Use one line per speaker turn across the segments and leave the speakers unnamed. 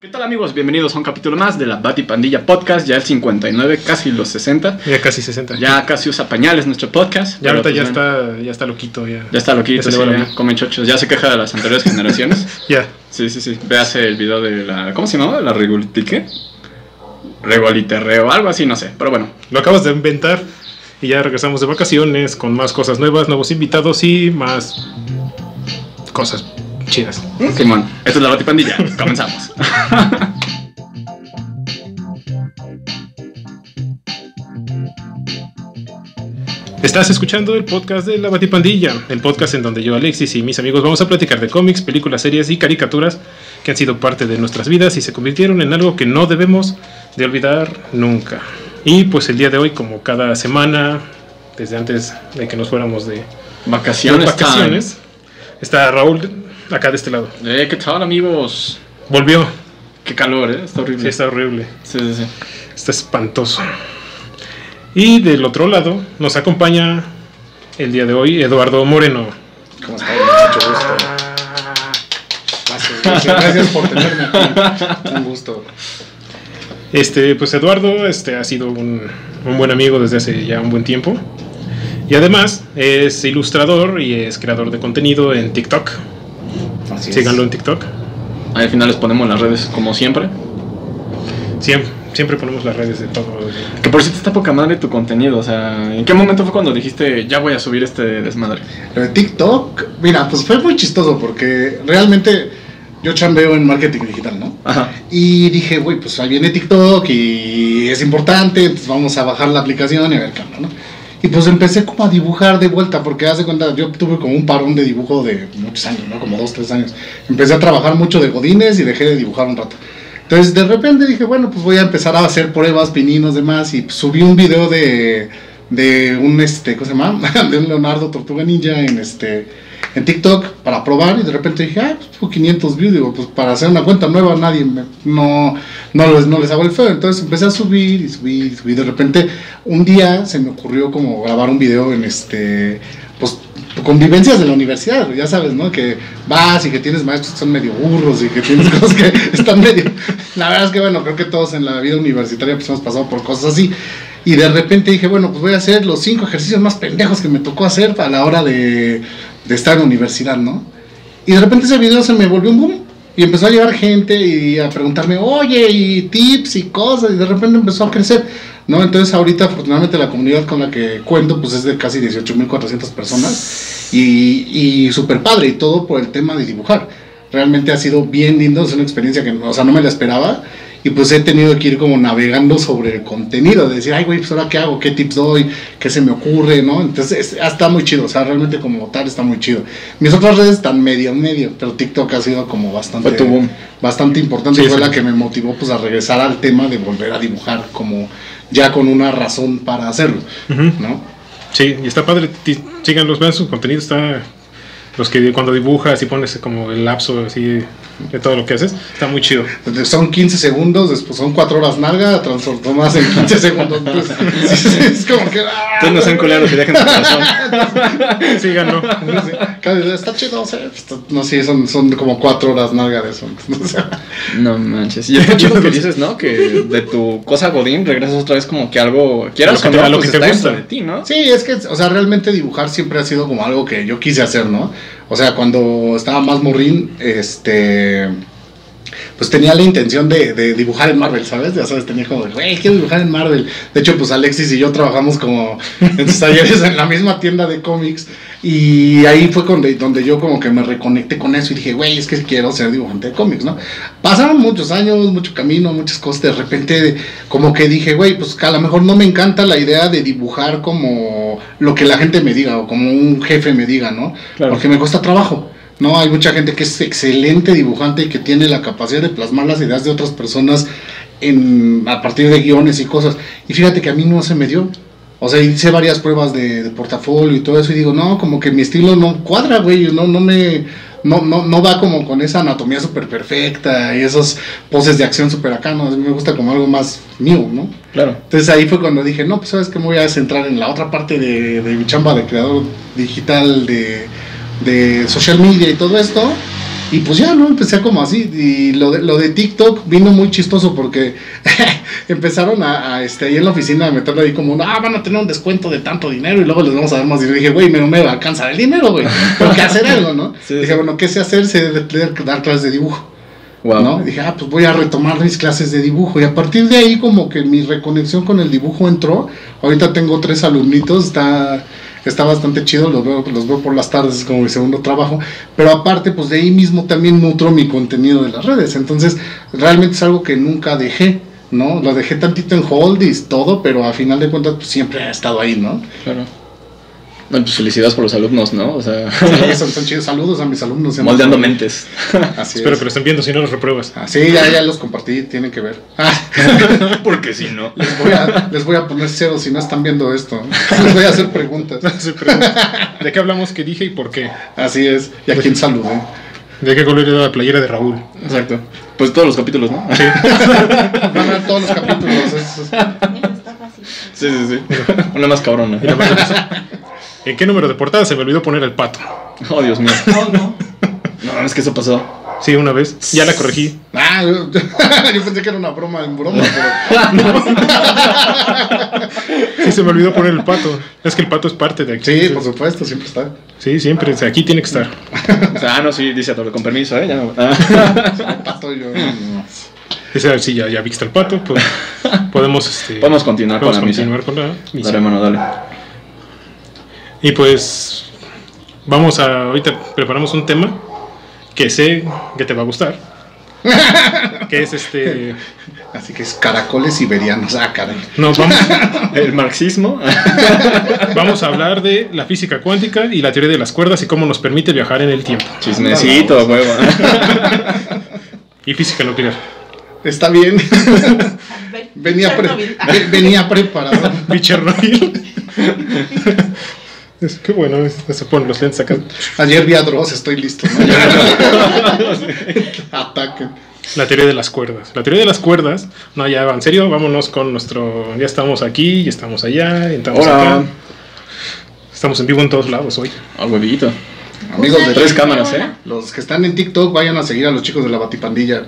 ¿Qué tal amigos? Bienvenidos a un capítulo más de la Bati Pandilla Podcast, ya el 59, casi los 60.
Ya casi 60. Ya,
Ya casi usa pañales nuestro podcast. pero,
ahorita
pues,
ya
bueno,
está, ya está loquito, ya.
Ya está
Ya
loquito,
se
sí,
le va la
ya
mano.
come chochos, ya se queja de las anteriores generaciones.
Ya.
Sí, sí, sí. Véase el video de la... ¿Cómo se llamaba? ¿La regolitique? Regoliterreo, algo así, no sé. Pero bueno,
Lo acabas de inventar y ya regresamos de vacaciones con más cosas nuevas, nuevos invitados y más cosas chidas.
Simón, esto es la Bati Pandilla, comenzamos.
Estás escuchando el podcast de La Batipandilla, el podcast en donde yo, Alexis y mis amigos vamos a platicar de cómics, películas, series y caricaturas que han sido parte de nuestras vidas y se convirtieron en algo que no debemos de olvidar nunca. Y pues el día de hoy, como cada semana, desde antes de que nos fuéramos de,
Vacaciones.
Las vacaciones. Está Raúl acá de este lado.
time. Eh, ¿qué tal amigos?
Volvió.
Qué calor, ¿eh? Está
Sí,
horrible.
está horrible.
sí, sí. sí.
Está espantoso. Y del otro lado nos acompaña el día de hoy Eduardo Moreno.
¿Cómo estás? Mucho gusto. Gracias, gracias por tenerme aquí. Un gusto.
Este, pues Eduardo este, ha sido un, un buen amigo desde hace ya un buen tiempo. Y además es ilustrador y es creador de contenido en TikTok.
Así
Síganlo en TikTok.
Ahí al final les ponemos las redes como siempre.
Siempre, siempre ponemos las redes de todo.
Que por cierto está poca madre tu contenido, o sea, ¿en qué momento fue cuando dijiste ya voy a subir este desmadre?
Lo de Eh, TikTok, mira, pues fue muy chistoso porque realmente yo chambeo en marketing digital, ¿no?
Ajá.
Y dije, güey, pues ahí viene TikTok y es importante, pues vamos a bajar la aplicación y a ver qué onda, ¿no? Y pues empecé como a dibujar de vuelta, porque haz de cuenta, yo tuve como un parón de dibujo de muchos años, ¿no? Como dos, tres años. Empecé a trabajar mucho de godines y dejé de dibujar un rato. Entonces de repente dije, bueno, pues voy a empezar a hacer pruebas, pininos, demás, y subí un video de, de un, este, ¿cómo se llama? De un Leonardo Tortuga Ninja en este... En TikTok para probar y de repente dije, ah, pues fue 500 views, digo, pues para hacer una cuenta nueva nadie me- no, no, les, no les hago el feo. Entonces empecé a subir y subir y subir. De repente un día se me ocurrió como grabar un video en este, pues convivencias de la universidad, ya sabes, ¿no? Que vas y que tienes maestros que son medio burros y que tienes cosas que están medio... La verdad es que bueno, creo que todos en la vida universitaria pues hemos pasado por cosas así. Y de repente dije, bueno, pues voy a hacer los cinco ejercicios más pendejos que me tocó hacer a la hora de, de estar en la universidad, ¿no? Y de repente ese video se me volvió un boom. Y empezó a llegar gente y a preguntarme, oye, y tips y cosas. Y de repente empezó a crecer, ¿no? Entonces ahorita afortunadamente la comunidad con la que cuento pues es de casi 18.400 personas. Y, y súper padre y todo por el tema de dibujar. Realmente ha sido bien lindo, es una experiencia que, o sea, no me la esperaba. Y pues he tenido que ir como navegando sobre el contenido, de decir, ay, güey, pues ahora qué hago, qué tips doy, qué se me ocurre, ¿no? Entonces es- está muy chido, o sea, realmente como tal está muy chido. Mis otras redes están medio, medio, pero TikTok ha sido como bastante,
Fue tu boom.
bastante importante y
Sí,
fue
sí.
la que me motivó pues a regresar al tema de volver a dibujar como ya con una razón para hacerlo,
Ujú.
¿no?
Sí, y está padre. ti- Síganlos, vean su contenido. Está. Los que cuando dibujas y pones como el lapso así de todo lo que haces, está muy chido.
Entonces, Son 15 segundos, después son 4 horas nalga, transformas en 15 segundos. Entonces, es como que... ¡ah!
Entonces no sean culeros y dejen su corazón.
Síganlo.
Sí, cada día está chido, o sea, está- no sé, son, son como cuatro horas nalga de eso. entonces, o sea,
No manches. Y está chido que dices, ¿no? Que de tu cosa godín regresas otra vez como que algo quieras
A lo que
o
te-
no,
a lo
pues
que te
está
gusta.
dentro de ti, ¿no?
sí, es que, o sea, realmente dibujar siempre ha sido como algo que yo quise hacer, ¿no? O sea, cuando estaba más morrín, este. Pues tenía la intención de, de dibujar en Marvel, ¿sabes? Ya sabes, tenía como, de, güey, quiero dibujar en Marvel. De hecho, pues Alexis y yo trabajamos como en sus talleres en la misma tienda de cómics. Y ahí fue donde, donde yo como que me reconecté con eso y dije, güey, es que quiero ser dibujante de cómics, ¿no? Pasaron muchos años, mucho camino, muchas cosas. De repente, como que dije, güey, pues a lo mejor no me encanta la idea de dibujar como lo que la gente me diga o como un jefe me diga, ¿no?
Claro.
Porque me cuesta trabajo. No, hay mucha gente que es excelente dibujante y que tiene la capacidad de plasmar las ideas de otras personas en, a partir de guiones y cosas. Y fíjate que a mí no se me dio. O sea, hice varias pruebas de, de portafolio y todo eso y digo, no, como que mi estilo no cuadra, güey, no, no me... No, no, no va como con esa anatomía súper perfecta y esos poses de acción súper acá, no, a mí me gusta como algo más mío, ¿no?
Claro.
Entonces ahí fue cuando dije, no, pues sabes que me voy a centrar en la otra parte de, de mi chamba de creador digital, de, de social media y todo esto. Y pues ya, ¿no? Empecé como así. Y lo de, lo de TikTok vino muy chistoso porque empezaron a, a, este, ahí en la oficina a meterlo ahí como, ah, van a tener un descuento de tanto dinero y luego les vamos a dar más dinero. Y dije, güey, me, no me alcanza el dinero, güey. Tengo que hacer algo, ¿no?
Sí, sí.
dije, bueno, ¿qué sé hacer? Sé de- de- dar clases de dibujo.
Wow.
¿no? Y dije, ah, pues voy a retomar mis clases de dibujo. Y a partir de ahí, como que mi reconexión con el dibujo entró. Ahorita tengo tres alumnitos, está, está bastante chido, los veo, los veo por las tardes, es como mi segundo trabajo. Pero aparte, pues de ahí mismo también nutro mi contenido de las redes. Entonces, realmente es algo que nunca dejé. ¿No? Lo dejé tantito en holdis, todo, pero a final de cuentas pues, siempre ha estado ahí, ¿no?
Claro. Bueno, pues felicidades por los alumnos, ¿no? O sea,
Son, son chidos saludos a mis alumnos.
moldeando mentes.
Así
Espero
es.
que lo estén viendo, si no los repruebas.
Ah, sí, ya, ya los compartí, tienen que ver. Ah.
Porque si no.
Les voy, a, les voy a poner cero si no están viendo esto. Les voy a hacer preguntas.
Se pregunta, ¿De qué hablamos? ¿Qué dije y por qué?
Así es. ¿Y a quién saludé?
¿De qué color era la playera de Raúl?
Exacto. Pues todos los capítulos, ¿no?
Van a ver todos los capítulos. es- es-
Eso está fácil.
Sí, sí, sí. Una más cabrona.
¿En qué número de portada se me olvidó poner el pato?
Oh, Dios mío.
No, no.
No, es que eso pasó.
Sí, una vez. Ya la corregí.
Ah, yo, yo pensé que era una broma en broma, pero.
Sí, se me olvidó poner el pato. Es que el pato es parte de aquí.
Sí, por supuesto, siempre está.
Sí, siempre. o sea, aquí tiene que estar.
O sea, ah, no, sí, dice todo con permiso, ¿eh? Ya no. Ah.
Pato y yo. no.
Esa, sí, ya, ya viste el pato. pues, podemos, este,
Podemos continuar con
podemos
la misa.
continuar con la misa.
Dale, mano, dale.
Y pues vamos a ahorita preparamos un tema que sé que te va a gustar. que es este
Así que es caracoles siberianos. Ah, caray.
no vamos
El marxismo.
vamos a hablar de la física cuántica y la teoría de las cuerdas y cómo nos permite viajar en el tiempo
Chismecito, huevo.
y física nuclear.
Está bien.
A ver,
Venía, pre-
Chernobyl. Ah,
ve- venía preparado.
Y Chernobyl. es que bueno, es- se ponen los lentes acá.
Ayer vi a Dross, estoy listo. ¿no? Ataquen.
La teoría de las cuerdas. La teoría de las cuerdas. No, ya va, en serio, vámonos con nuestro. Ya estamos aquí, ya estamos allá, ya estamos
Hola.
acá. Estamos en vivo en todos lados hoy.
A Ah, huevito.
Amigos de
Tres cámaras, ¿eh?
Los que están en TikTok, vayan a seguir a los chicos de la Batipandilla.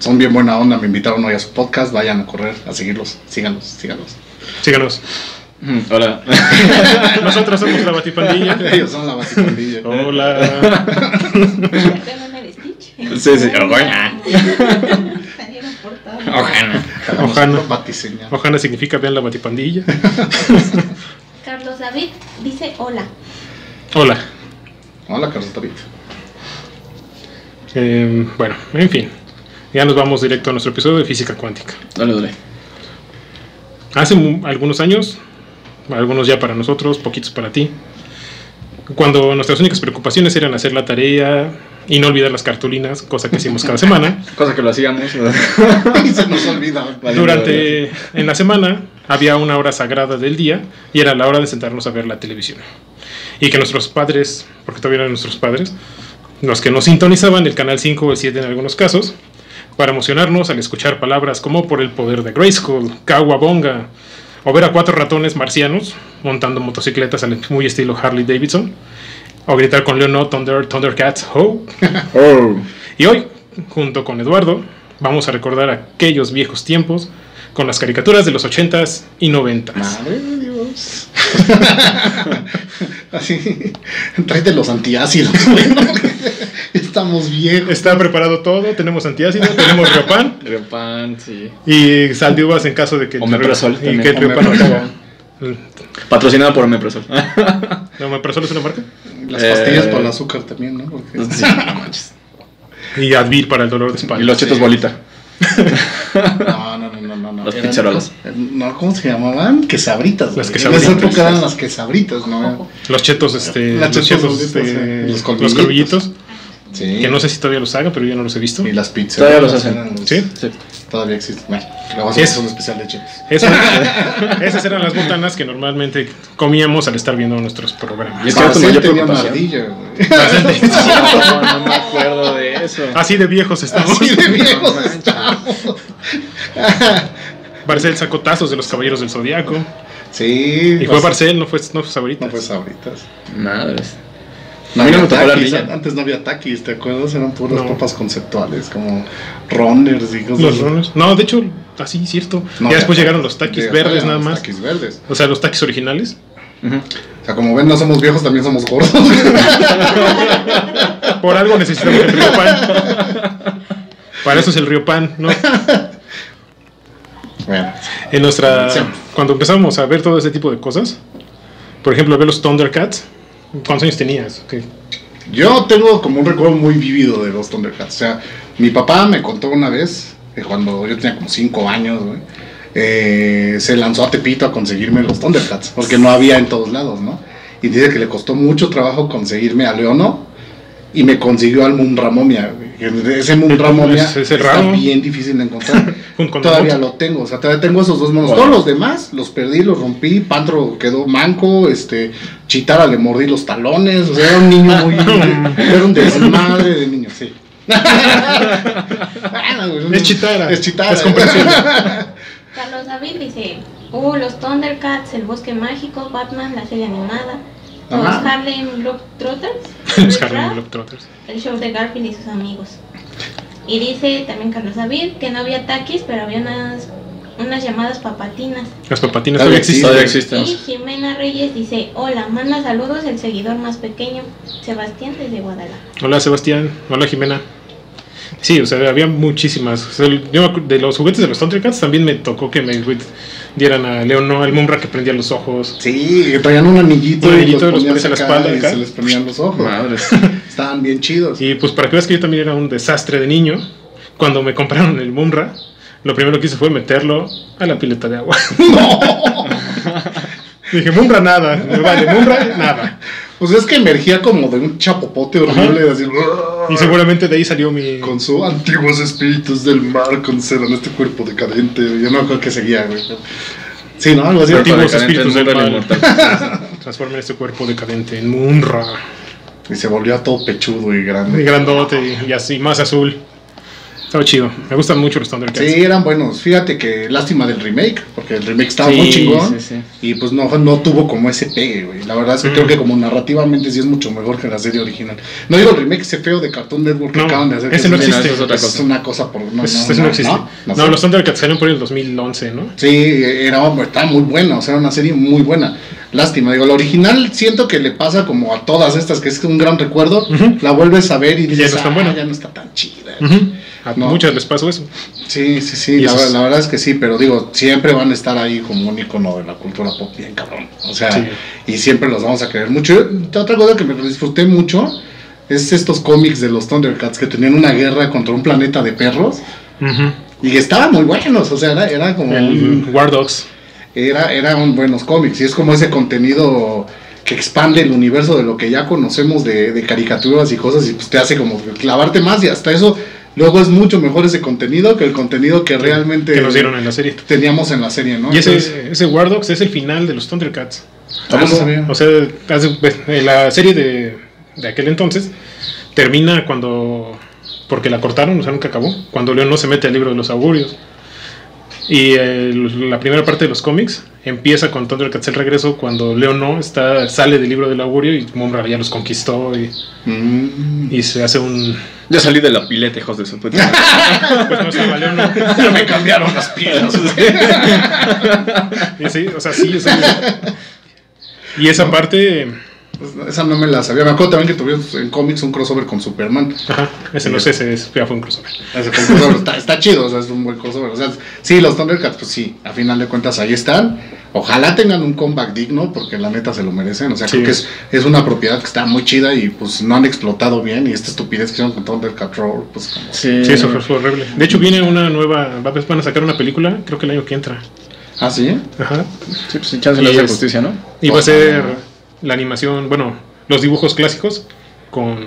Son bien buena onda, me invitaron hoy a su podcast, vayan a correr, a seguirlos, síganlos, síganlos.
Síganos.
Mm, Hola.
Nosotros somos la Batipandilla.
Ellos son la Batipandilla.
Hola.
ya tengo el Stitch.
Sí, sí, ojalá.
Salieron por todos lados.
Ojalá.
Ojana.
Batiseña.
Ojana significa vean la Batipandilla.
Carlos David dice hola.
Hola.
Hola, Carlos David.
Eh, bueno, en fin. Ya nos vamos directo a nuestro episodio de física cuántica.
Dale, dale.
Hace mu- algunos años, algunos ya para nosotros, poquitos para ti, cuando nuestras únicas preocupaciones eran hacer la tarea y no olvidar las cartulinas, cosa que hacíamos cada semana,
Cosa que lo hacíamos.
Y se nos olvida.
Vale.
durante en la semana había una hora sagrada del día y era la hora de sentarnos a ver la televisión. Y que nuestros padres, porque todavía eran nuestros padres, los que nos sintonizaban el canal 5 o el 7 en algunos casos, para emocionarnos al escuchar palabras como por el poder de Grayskull, Kawabonga, o ver a cuatro ratones marcianos montando motocicletas al muy estilo Harley Davidson, o gritar con Leonard Thunder, Thundercats, ho,
Oh.
y hoy, junto con Eduardo, vamos a recordar aquellos viejos tiempos con las caricaturas de los 80s y 90s.
Madre de Dios. Así, tráete los antiácidos. Estamos viejos.
Está preparado todo, tenemos antiácido, tenemos riopan
Repan, sí.
y sal de uvas en caso de que el
Omeprazol
Riopan- y
también,
que el Riopan no
omeprazol.
acaba.
Patrocinado por Omeprazol.
¿La Omeprazol es una marca?
Las pastillas
Eh.
para el azúcar también, ¿no? Porque-
Sí, no manches.
Y Advil para el dolor de espalda.
Y los chetos bolita.
No, no, no, no, no, no.
Las
Eran
pizzarolas.
los- No, ¿cómo se llamaban? Quesabritas.
Las
güey.
quesabritas.
En esa época eran las quesabritas, ¿no?
Los chetos, este,
Las
los
chetos
chetos,
bolitas,
este,
eh, los
los
colmillitos.
colmillitos,
Sí.
que no sé si todavía los hagan, pero yo no los he visto.
Y las pizzas.
Todavía los hacen.
Sí.
Sí.
Todavía existen. Bueno, luego
Sí,
hacemos
es-
un especial de chetos.
Eso- esas eran las botanas que normalmente comíamos al estar viendo nuestros programas.
Y es que
Para
era tu mayor
hacer tenía una
preocupación.
ardilla, güey.
No, no me acuerdo de eso.
Así de viejos estamos.
Así de viejos
manches.
estamos.
Barcel sacó tazos de los Caballeros del Zodiaco.
Sí. pues,
Y fue
las-
Barcel, no fue, no fue Sabritas.
No fue sabritas.
Madres. A mí no me tocó la
Takis,
ardilla.
Antes no había taquis, ¿te acuerdas? Eran puras
No.
papas conceptuales, como runners y cosas
Los
así.
runners. No, de hecho, así, cierto.
No,
ya después
ya-
llegaron los taquis
ya
verdes
eran
nada
los
más.
Taquis verdes.
O sea, los taquis originales.
Ujú.
O sea, como ven, no somos viejos, también somos gordos.
Por algo necesitamos el río pan. Para eso es el río pan, ¿no?
bueno,
En nuestra.
Sí.
Cuando empezamos a ver todo ese tipo de cosas, por ejemplo, a ver los Thundercats, ¿cuántos años tenías? Ok.
yo tengo como un recuerdo muy vivido de los Thundercats. O sea, mi papá me contó una vez, que cuando yo tenía como 5 años, güey, eh, se lanzó a Tepito a conseguirme los Thundercats, porque no había en todos lados, ¿no? Y dice que le costó mucho trabajo conseguirme a Leono y me consiguió al Mumramomia. güey. Ese Mumramomia
Es- es el
está
raro.
bien difícil de encontrar.
Con- con-
Todavía lo tengo, o sea, todavía tengo esos dos monos.
Wow.
Todos los demás los perdí, los rompí, Pantro quedó manco, este, Chitara le mordí los talones, o sea, era un niño muy... era un desmadre de niño, sí. Bueno, güey,
Es Chitara.
Es Chitara.
Es comprensible.
Carlos David dice, uh, los Thundercats, el bosque mágico, Batman, la serie animada, los
Ajá.
Harlem Globetrotters,
Los
Rick
Harlem
Rap,
Globetrotters.
el show de Garfield y sus amigos. Y dice también Carlos David que no había taquis, pero había unas, unas llamadas papatinas.
Las papatinas
Todavía
todavía existen.
Todavía
Y
existen.
Jimena Reyes dice, hola, manda saludos el seguidor más pequeño, Sebastián desde Guadalajara.
Hola Sebastián, hola Jimena. Sí, o sea, había muchísimas. O sea, el- yo me acu- de los juguetes de los Thundercats también me tocó que me güey, dieran a Leono, al Mumra que prendía los ojos.
Sí, que traían un anillito,
Un anillito, los
ponían
pones a la
acá
espalda,
y
acá.
se les ponían los ojos.
Madres.
Estaban bien chidos.
Y pues para que veas que yo también era un desastre de niño, cuando me compraron el Mumra, lo primero que hice fue meterlo a la pileta de agua. Dije, Mumra nada, me vale, Mumra nada.
Pues es que emergía como de un chapopote horrible, así...
Y seguramente de ahí salió mi...
Con sus antiguos espíritus del mar conservan este cuerpo decadente. Yo no creo que seguía, güey. Sí, ¿no? Algo así.
Pero- Antiguos
Cuerpo decadente,
espíritus del
mundo del
mal.
inmortal.
Transformen este cuerpo decadente en Mumra.
Y se volvió todo pechudo y
Y
grande.
grandote y así, más azul. Estaba chido. Me gustan mucho los Thundercats.
Sí, eran buenos. Fíjate que lástima del remake, porque el remake estaba
Sí,
muy chingón.
sí, sí.
Y pues no, no tuvo como ese pegue, güey. La verdad es que
Mm.
creo que como narrativamente sí es mucho mejor que la serie original. No digo el remake ese feo de Cartoon Network que
No,
acaban de hacer.
ese
que
no
es-
existe.
eso es otra
es
cosa.
una cosa por... No,
Eso-
no,
eso Pues este no
no,
existe. No,
No, sé.
los Thundercats salieron por el 2011, ¿no?
Sí, era, estaba muy buena, o sea, era una serie muy buena. Lástima, digo, la original siento que le pasa como a todas estas, que es un gran recuerdo,
Ujú.
la vuelves a ver y
ya
dices,
no es tan
"Ah,
buena".
ya no está tan chida.
A
No.
muchas les pasó eso.
Sí, sí, sí,
Y
la,
eso es-
la verdad es que sí, pero digo, siempre van a estar ahí como un icono de la cultura pop bien cabrón. O sea,
Sí.
y siempre los vamos a querer mucho. Yo- Otra cosa que me disfruté mucho es estos cómics de los Thundercats que tenían una guerra contra un planeta de perros y que estaban muy buenos, o sea, era, era como... un-
El War Dogs.
era, eran buenos cómics y es como ese contenido que expande el universo de lo que ya conocemos de, de caricaturas y cosas y pues te hace como clavarte más y hasta eso luego es mucho mejor ese contenido que el contenido que realmente
Que nos dieron en la serie.
teníamos en la serie, ¿no?
Y
Entonces,
ese, ese War Dogs es el final de los Thundercats.
ah, no sabía.
O sea, hace- la serie de, de aquel entonces termina cuando. Porque la cortaron, o sea, nunca acabó. Cuando León no se mete al libro de los augurios. Y eh, la primera parte de los cómics empieza con Thundercats el regreso cuando León no está, sale del libro del augurio y Mumra ya los conquistó y,
Mm.
y se hace un.
Yo salí de la pileta, hijos de su puta. madre.
Pues no estaba León, no.
Ya me cambiaron las piernas.
Y sí, o sea, sí, o sea, Y esa parte.
Pues, no, Esa no me la sabía. Me acuerdo también que tuvieron en cómics un crossover con Superman.
Ajá, ese no sé, ese es- ya fue un crossover.
Ese fue un crossover. está, está chido, o sea, es un buen crossover. O sea, sí, los Thundercats, pues sí, a final de cuentas ahí están. Ojalá tengan un comeback digno, porque la neta se lo merecen. O sea,
Sí.
creo que es, es una propiedad que está muy chida y pues no han explotado bien. Y esta estupidez que hicieron con Thundercat Roar, pues como-
Sí,
Eh,
eso fue, fue horrible. De hecho, viene una nueva. va- pues, Van a sacar una película, creo que el año que entra.
Ah, sí.
Ajá.
Sí, pues sí, chance le
Y
hace
es-
justicia, ¿no?
Y va a ser la animación, bueno, los dibujos clásicos con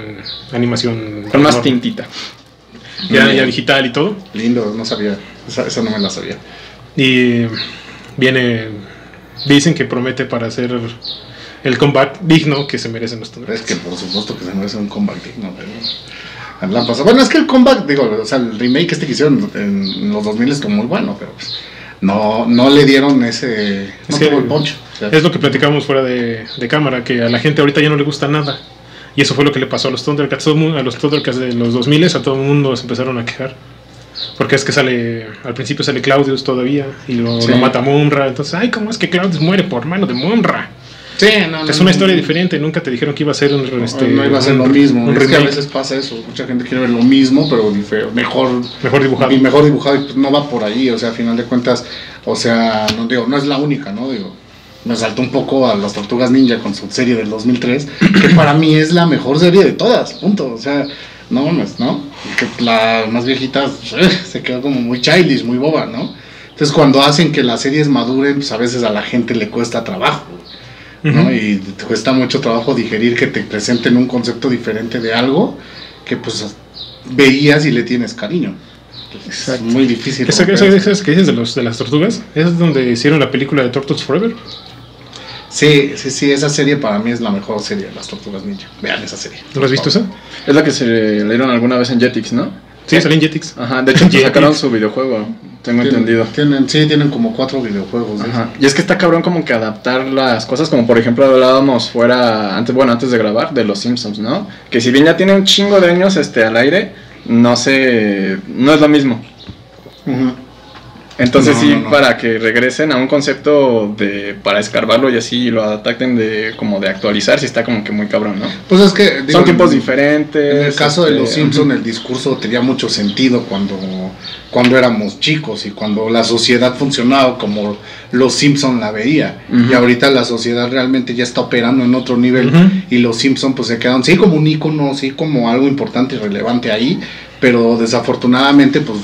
animación.
Con más
no,
tintita.
Ya, ya digital y todo.
Lindo, no sabía. Esa, esa no me la sabía.
Y viene. Dicen que promete para hacer el comeback digno que se merecen los
Pero es
Thundercats.
que por supuesto que se merece un comeback digno, pero. la han pasado. Bueno, es que el comeback, digo, o sea, el remake este que hicieron en los 2000 es como muy bueno, pero pues, no, no le dieron ese. No
Es que-
tuvo el punch. O sea,
Es lo que platicábamos fuera de, de cámara, que a la gente ahorita ya no le gusta nada. Y eso fue lo que le pasó a los Thundercats. Todo mu- A los Thundercats de los 2000 a todo el mundo se empezaron a quejar. Porque es que sale, al principio sale Claudius todavía y lo,
Sí.
lo mata Mumra. Entonces, ay, ¿cómo es que Claudius muere por mano de Mumra?
Sí, Eh, no, no,
Es una
no,
historia
no.
diferente, nunca te dijeron que iba a ser un
No,
este,
no iba a ser
un-
lo mismo.
un
es que a
remake
veces pasa eso. Mucha gente quiere ver lo mismo, pero dife- mejor
mejor dibujado.
y mejor dibujado y pues no va por ahí, o sea, a final de cuentas, o sea, no digo, no es la única, ¿no? Digo, me saltó un poco a las Tortugas Ninja con su serie del 2003, que para mí es la mejor serie de todas, punto, o sea, no mames, ¿no? Que la más viejita eh, se quedó como muy childish, muy boba, ¿no? Entonces, cuando hacen que las series maduren, pues a veces a la gente le cuesta trabajo, ¿no?
Ujú.
Y te cuesta mucho trabajo digerir que te presenten un concepto diferente de algo que pues veías y le tienes cariño.
Exacto.
Es muy difícil.
Esa,
romper
esa-
eso.
esas que dices de, los, de las tortugas, esa es donde hicieron la película de Turtles Forever.
Sí, sí, sí, esa serie para mí es la mejor serie de las Tortugas Ninja. Vean esa serie.
¿No la has visto esa?
Es la que se le dieron alguna vez en Jetix, ¿no?
Sí,
Eh,
salen Jetix.
Ajá, de hecho pues,
Jetix.
sacaron su videojuego, tengo
Tienen-
entendido.
Tienen, sí, tienen como cuatro videojuegos. de
Ajá. Y es que está cabrón como que adaptar las cosas, como por ejemplo hablábamos fuera, antes, bueno, antes de grabar, de los Simpsons, ¿no? Que si bien ya tiene un chingo de años este, al aire, no sé, no es lo mismo.
eso. Ujú.
Entonces
No,
sí,
no, no.
para que regresen a un concepto de, para escarbarlo y así lo ataquen de, como de actualizar, sí está como que muy cabrón, ¿no?
Pues es que. digo,
Son tiempos
en-
diferentes.
En el caso de
este,
los Simpson el discurso tenía mucho sentido cuando, cuando éramos chicos y cuando la sociedad funcionaba como los Simpson la veía.
Ujú.
Y ahorita la sociedad realmente ya está operando en otro nivel
Ujú.
y los Simpson pues se quedaron sí como un icono, sí como algo importante y relevante ahí, pero desafortunadamente pues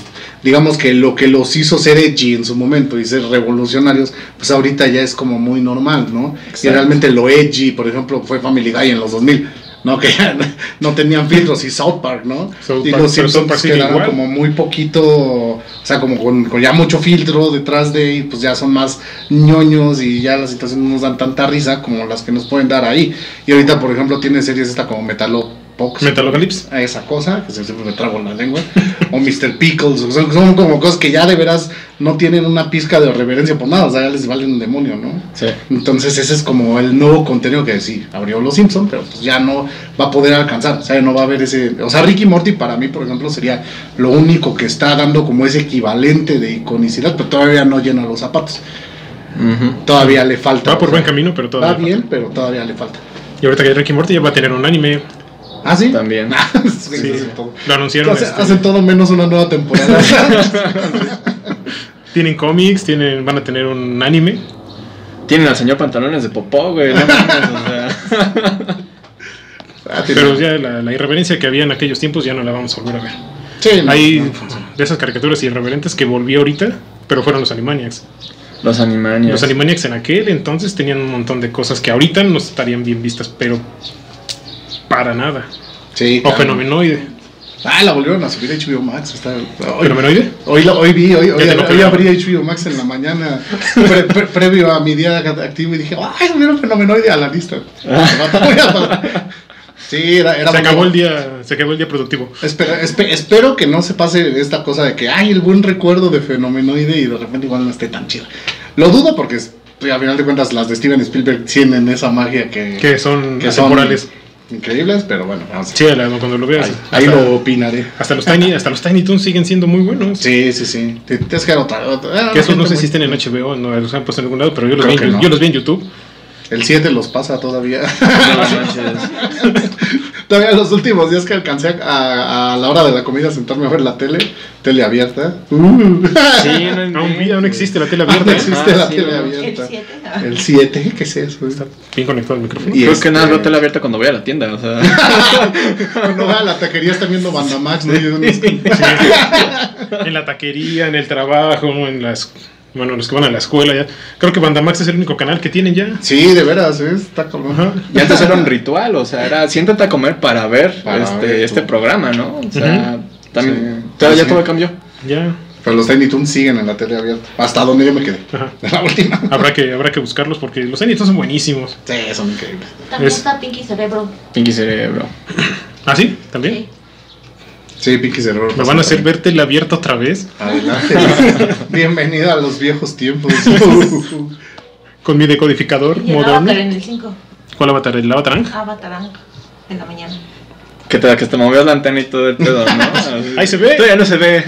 digamos que lo que los hizo ser edgy en su momento y ser revolucionarios, pues ahorita ya es como muy normal, ¿no? Y
Exacto.
realmente lo edgy, por ejemplo, fue Family Guy en los 2000. No, que ya no- no tenían filtros y South Park, ¿no?
South
y
Park, pero South
los Simpsons
Park sigue
quedaron
igual.
como muy poquito, o sea, como con, con ya mucho filtro detrás de, y pues ya son más ñoños y ya las situaciones no nos dan tanta risa como las que nos pueden dar ahí. Y ahorita, por ejemplo, tiene series esta como Metalopox.
Metalocalypse.
a esa cosa, que se- siempre me trago en la lengua, o Mr. Pickles, o son, son como cosas que ya de veras no tienen una pizca de reverencia por nada, o sea, ya les valen un demonio, ¿no?
Sí.
Entonces ese es como el nuevo contenido que sí, abrió Los Simpson, pero pues ya no va a poder alcanzar, o sea, no va a haber ese, o sea, Ricky Morty para mí, por ejemplo, sería lo único que está dando como ese equivalente de iconicidad, pero todavía no llena los zapatos,
Ujú.
todavía le falta.
Va por
o sea,
buen camino, pero
Va
todavía.
bien, pero todavía le falta.
Y ahorita que Ricky Morty ya va a tener un anime.
¿Ah, sí?
También.
Sí,
Sí,
hacen todo.
lo anunciaron.
Hace-
este,
hacen todo menos una nueva temporada.
Tienen cómics, tienen, van a tener un anime.
Tienen al señor pantalones de popó, güey. No mames, o sea.
Ah, tiene-
Pero ya la, la irreverencia que había en aquellos tiempos ya no la vamos a volver a ver.
Sí, no,
Hay
no.
de esas caricaturas irreverentes que volví ahorita, pero fueron los Animaniacs.
Los animanios.
Los Animaniacs en aquel entonces tenían un montón de cosas que ahorita no estarían bien vistas, pero para nada.
Sí,
O
claro.
Fenomenoide.
Ah, la volvieron a subir a HBO Max. Está... Hoy,
¿Fenomenoide?
hoy, la- hoy vi, hoy, hoy,
Ya te lo
hoy
creo.
abrí HBO Max en la mañana pre- pre- previo a mi día activo y dije, ¡ay, subieron fenomenoide a la lista! sí, era, era
Se
muy-
acabó el día, se acabó el día productivo.
Espera- espe- espero que no se pase esta cosa de que hay el buen recuerdo de Fenomenoide y de repente igual no esté tan chida. Lo dudo porque es- pues, a final de cuentas las de Steven Spielberg tienen esa magia que,
Que son
que son
temporales.
increíbles, pero bueno, vamos a-
Sí, la- cuando lo veas.
ahí, ahí
hasta,
lo opinaré.
hasta los Tiny, hasta los Tiny Toons siguen siendo muy buenos.
Sí, sí, sí. Te- te has quedado otra- otra- ah,
Que esos no sé
gente
si
muy-
existen en HBO, no los han puesto en ningún lado, pero yo los,
Creo
vi,
que
en-
no.
yo los vi en YouTube.
El 7 los pasa todavía.
No manches.
todavía los últimos días que alcancé a, a la hora de la comida a sentarme a ver la tele, tele abierta. Uh.
Sí, no inventes.
Aún vida, aún existe la tele
Ah, no
abierta. ¿eh?
existe
Ah,
la
sí, no.
tele
El
abierta.
7.
El 7, ¿qué es eso?
Está bien conectado al micrófono.
Y
Creo
este-
que nada, no te la abierta cuando voy a la tienda, o sea.
No, vea, la taquería está viendo Bandamax, ¿no? Y unos-
En la taquería, en el trabajo, en las. Bueno, los que van a la escuela ya. Creo que Bandamax es el único canal que tienen ya.
Sí, de veras, ¿eh? está como...
Ajá.
Y antes era un ritual, o sea, era siéntate a comer para ver
Para
este,
ver tu-
este programa, ¿no? O sea, también.
Sí.
Todo, ya
Sí.
todo cambió.
Ya.
Pero los Tiny Toons siguen en la tele abierta. Hasta donde yo me quedé.
Ajá.
La última.
Habrá que, habrá que buscarlos porque los Anitos son buenísimos.
Sí, son increíbles.
También
Es-
está Pinky Cerebro.
Pinky Cerebro.
¿Ah, sí? ¿También?
Sí.
Sí, Pinky Cerebro.
¿Me van a hacer verte la abierta otra vez?
Adelante. Bienvenida a los viejos tiempos.
Con mi decodificador
Y el
moderno.
Avatar en el 5.
¿Cuál avatar? ¿El avatar? Ang?
Avatarang.
en la mañana.
Que te, que te movías la antena y todo el pedo, ¿no? Así.
Ahí se ve.
Todavía no se ve.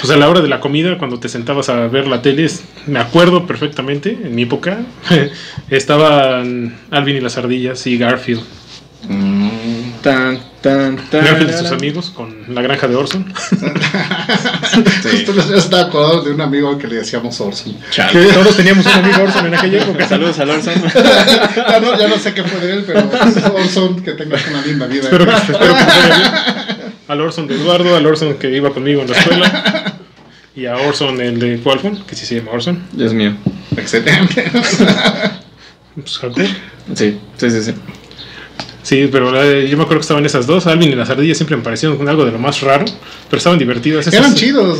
Pues a la hora de la comida, cuando te sentabas a ver la tele, es- me acuerdo perfectamente, en mi época, estaban Alvin y las ardillas y Garfield.
Mm.
tan, tan, tan.
Garfield y sus amigos con la granja de Orson.
Justo yo estaba acordado de un amigo que le decíamos Orson.
Chale.
Todos teníamos un amigo Orson en aquella época.
Saludos al Orson.
Ya no, ya no sé qué fue de él, pero Orson, que tengas una linda vida.
Espero que, espero que te vaya bien. Al Orson de Eduardo, al Orson que iba conmigo en la escuela. Y a Orson, el de Qualcomm, que sí se llama Orson.
Dios mío.
Excelente.
Pues, a ver.
Sí, sí, sí, sí.
Sí, pero eh, yo me acuerdo que estaban esas dos. Alvin y las ardillas siempre me parecieron algo de lo más raro, pero estaban divertidas. Esas-
Eran chidos.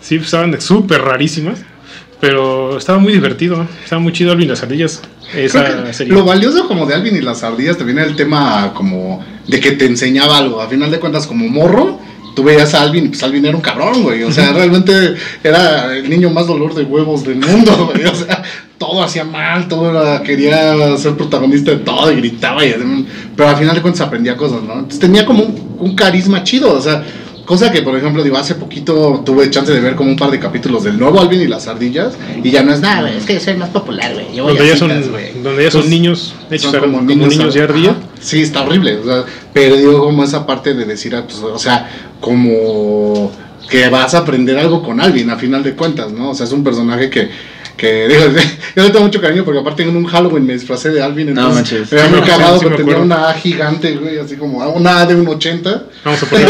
Sí, estaban súper rarísimas, pero estaba muy divertido. Estaba muy chido Alvin y las ardillas.
Creo
Esa
que
serie.
Lo valioso como de Alvin y las ardillas también era el tema como de que te enseñaba algo. A final de cuentas, como morro, tú veías a Alvin y pues Alvin era un cabrón, güey. O sea, realmente era el niño más dolor de huevos del mundo, güey. O sea, todo hacía mal, todo era- quería ser protagonista de todo y gritaba. Y, así, pero al final de cuentas aprendía cosas, ¿no? Entonces tenía como un, un carisma chido, o sea... Cosa que, por ejemplo, digo, hace poquito tuve chance de ver como un par de capítulos del nuevo Alvin y las ardillas, y ya no es nada, güey, es que soy más popular, güey. yo voy
donde
a
ya son,
citas, güey.
donde ya son
Entonces,
niños hechos
son
como, niños, de ardilla.
ajá. Sí, está horrible. O sea, pero digo, como esa parte de decir, ah, pues, o sea, como que vas a aprender algo con Alvin, a final de cuentas, ¿no? O sea, es un personaje que. que digo, yo le tengo mucho cariño porque aparte en un Halloween me disfracé de Alvin,
No
entonces
manches.
era muy
Sí,
cagado
sí,
porque
me
tenía
acuerdo.
una A gigante, güey, así como una A de un 80.
Vamos a poner,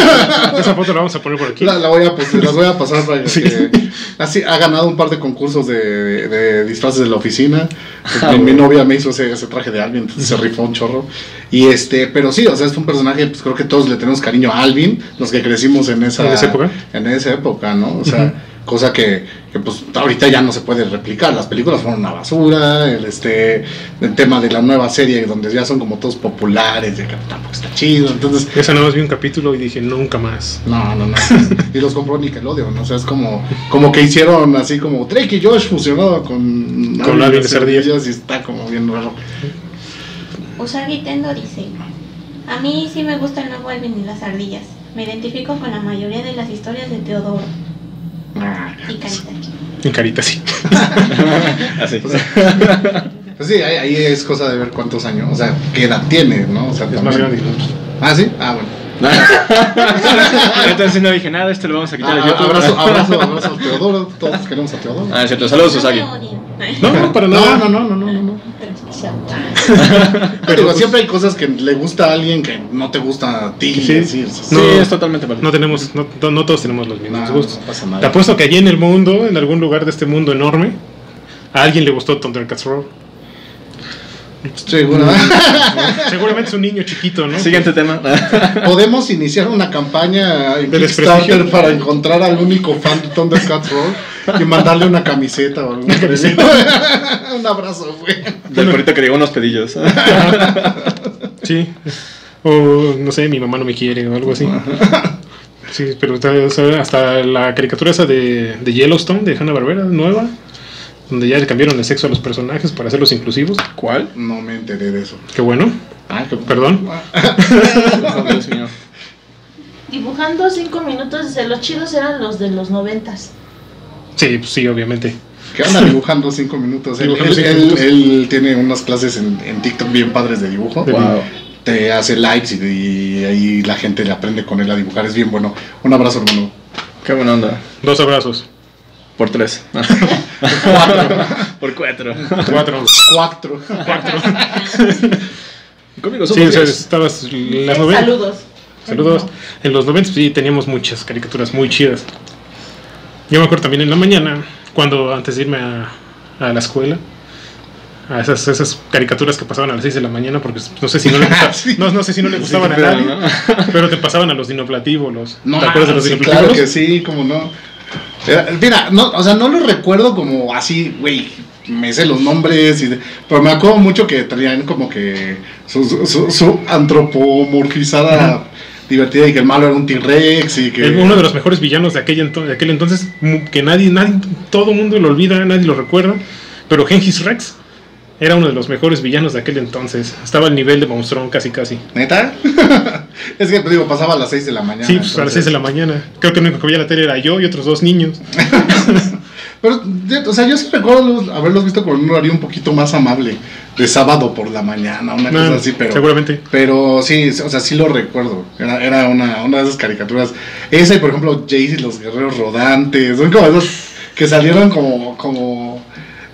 esa foto la vamos a poner por aquí.
La, la voy a, pues, las voy a pasar para que así ha ganado un par de concursos de, de disfraces de la oficina.
Ah,
mi, mi
bueno.
novia me hizo ese, ese traje de Alvin, entonces se rifó un chorro. Y este, pero sí, o sea, es un personaje, pues creo que todos le tenemos cariño a Alvin, los que crecimos en esa,
¿En esa época?
en esa época, ¿no? O sea, cosa que, que, pues ahorita ya no se puede replicar. Las películas fueron una basura, el este, el tema de la nueva serie donde ya son como todos populares, de que tampoco está chido, entonces
Esa nada más vi un capítulo y dije, nunca más.
no, no, no. Y los compró Nickelodeon, ¿no? o sea, es como, como que hicieron así como Drake y Josh fusionado con,
Con Alvin
Alvin y
Cerdillo.
Cerdillo, y está como bien raro.
Usagi Tendo dice, a mí sí me gusta el nuevo Alvin y las ardillas. Me identifico con la mayoría de las historias de Teodoro
Ah,
y Kaitaki.
En carita, sí.
Así.
Pues sí, ahí, ahí es cosa de ver cuántos años, o sea, qué edad tiene, ¿no? O sea,
Es
también-
más grande.
Ah, sí, ah, bueno.
Entonces no dije nada, este lo vamos a quitar.
Ah,
de YouTube.
abrazo, abrazo, abrazo a Teodoro, todos queremos a Teodoro.
Ah, es cierto. Saludos,
No
Usagi.
me odien.
No, no, para
No,
nada.
no, no, no, no, no, no. Pero
Pero,
digo,
pues,
siempre hay cosas que le gusta a alguien que no te gusta a ti.
Sí.
así, o sea,
Sí,
No.
es totalmente válido.
No tenemos, no, no- no todos tenemos los mismos
no,
gustos.
no pasa
Te
nada.
apuesto que allí en el mundo, en algún lugar de este mundo enorme, a alguien le gustó Thundercats Roar.
Seguro.
Seguramente es un niño chiquito, ¿no?
Siguiente tema.
Podemos iniciar una campaña en
De
Kickstarter
desprestigio.
para encontrar al único fan de Thundercats Roll y mandarle una camiseta o algo. Un abrazo, güey.
Del corito que llegó unos pedillos.
Sí. O no sé, mi mamá no me quiere o algo así. Sí, pero está- o sea, hasta la caricatura esa de, de Yellowstone, de Hanna-Barbera, nueva, donde ya le cambiaron el sexo a los personajes para hacerlos inclusivos.
¿Cuál?
No me enteré de eso.
Qué bueno,
Ah, qué
perdón.
Oh, Dios mío.
Dibujando cinco minutos, dice, los chidos eran los de los noventas.
Sí, pues sí, obviamente.
¿Qué anda dibujando cinco minutos? Él,
Dibujando
él-
cinco
él-
minutos.
él tiene unas clases en, en TikTok bien padres de dibujo.
De-
Wow.
Te hace likes y, y ahí la gente le aprende con él a dibujar. Es bien bueno. Un abrazo, hermano.
Qué buena onda.
Dos abrazos.
Por tres. Por cuatro.
Cuatro.
Cuatro.
Conmigo
Sí, o
somos
sea,
diez.
estabas en las noven-
Saludos.
Saludos. En los 90 sí teníamos muchas caricaturas muy chidas. Yo me acuerdo también en la mañana, cuando antes de irme a, a la escuela, a esas, esas caricaturas que pasaban a las 6 de la mañana, porque no sé si no le, gusta-
Sí.
no, no sé si no le
Sí,
gustaban
pero,
a nadie,
¿no?
pero te pasaban a los dinoplatívolos.
No,
¿Te acuerdas de los
sí,
dinoplatívolos?
claro que sí, como no. Era- Mira, no, o sea, no lo recuerdo como así, güey, me sé los nombres, y de- pero me acuerdo mucho que traían como que su, su- su- su antropomorfizada divertida y que el malo era un T-Rex y que...
El- Uno de los mejores villanos de aquel, ento- de aquel entonces, mu- que nadie, nadie, todo mundo lo olvida, nadie lo recuerda, pero Gengis Rex Era uno de los mejores villanos de aquel entonces. Estaba al nivel de Monstrón casi casi.
¿Neta? es que, digo, pasaba a las 6 de la mañana.
sí, pues a las 6 de la
entonces.
mañana. Creo que el único que veía la tele era yo y otros dos niños.
Pero, de- o sea, yo sí recuerdo los- haberlos visto con un horario un poquito más amable, de sábado por la mañana, una
Ah,
cosa así, pero...
Seguramente.
Pero sí, o sea, sí lo recuerdo. Era, era una, una de esas caricaturas. Esa y, por ejemplo, Jayce y los guerreros rodantes. Son como esos que salieron como, como,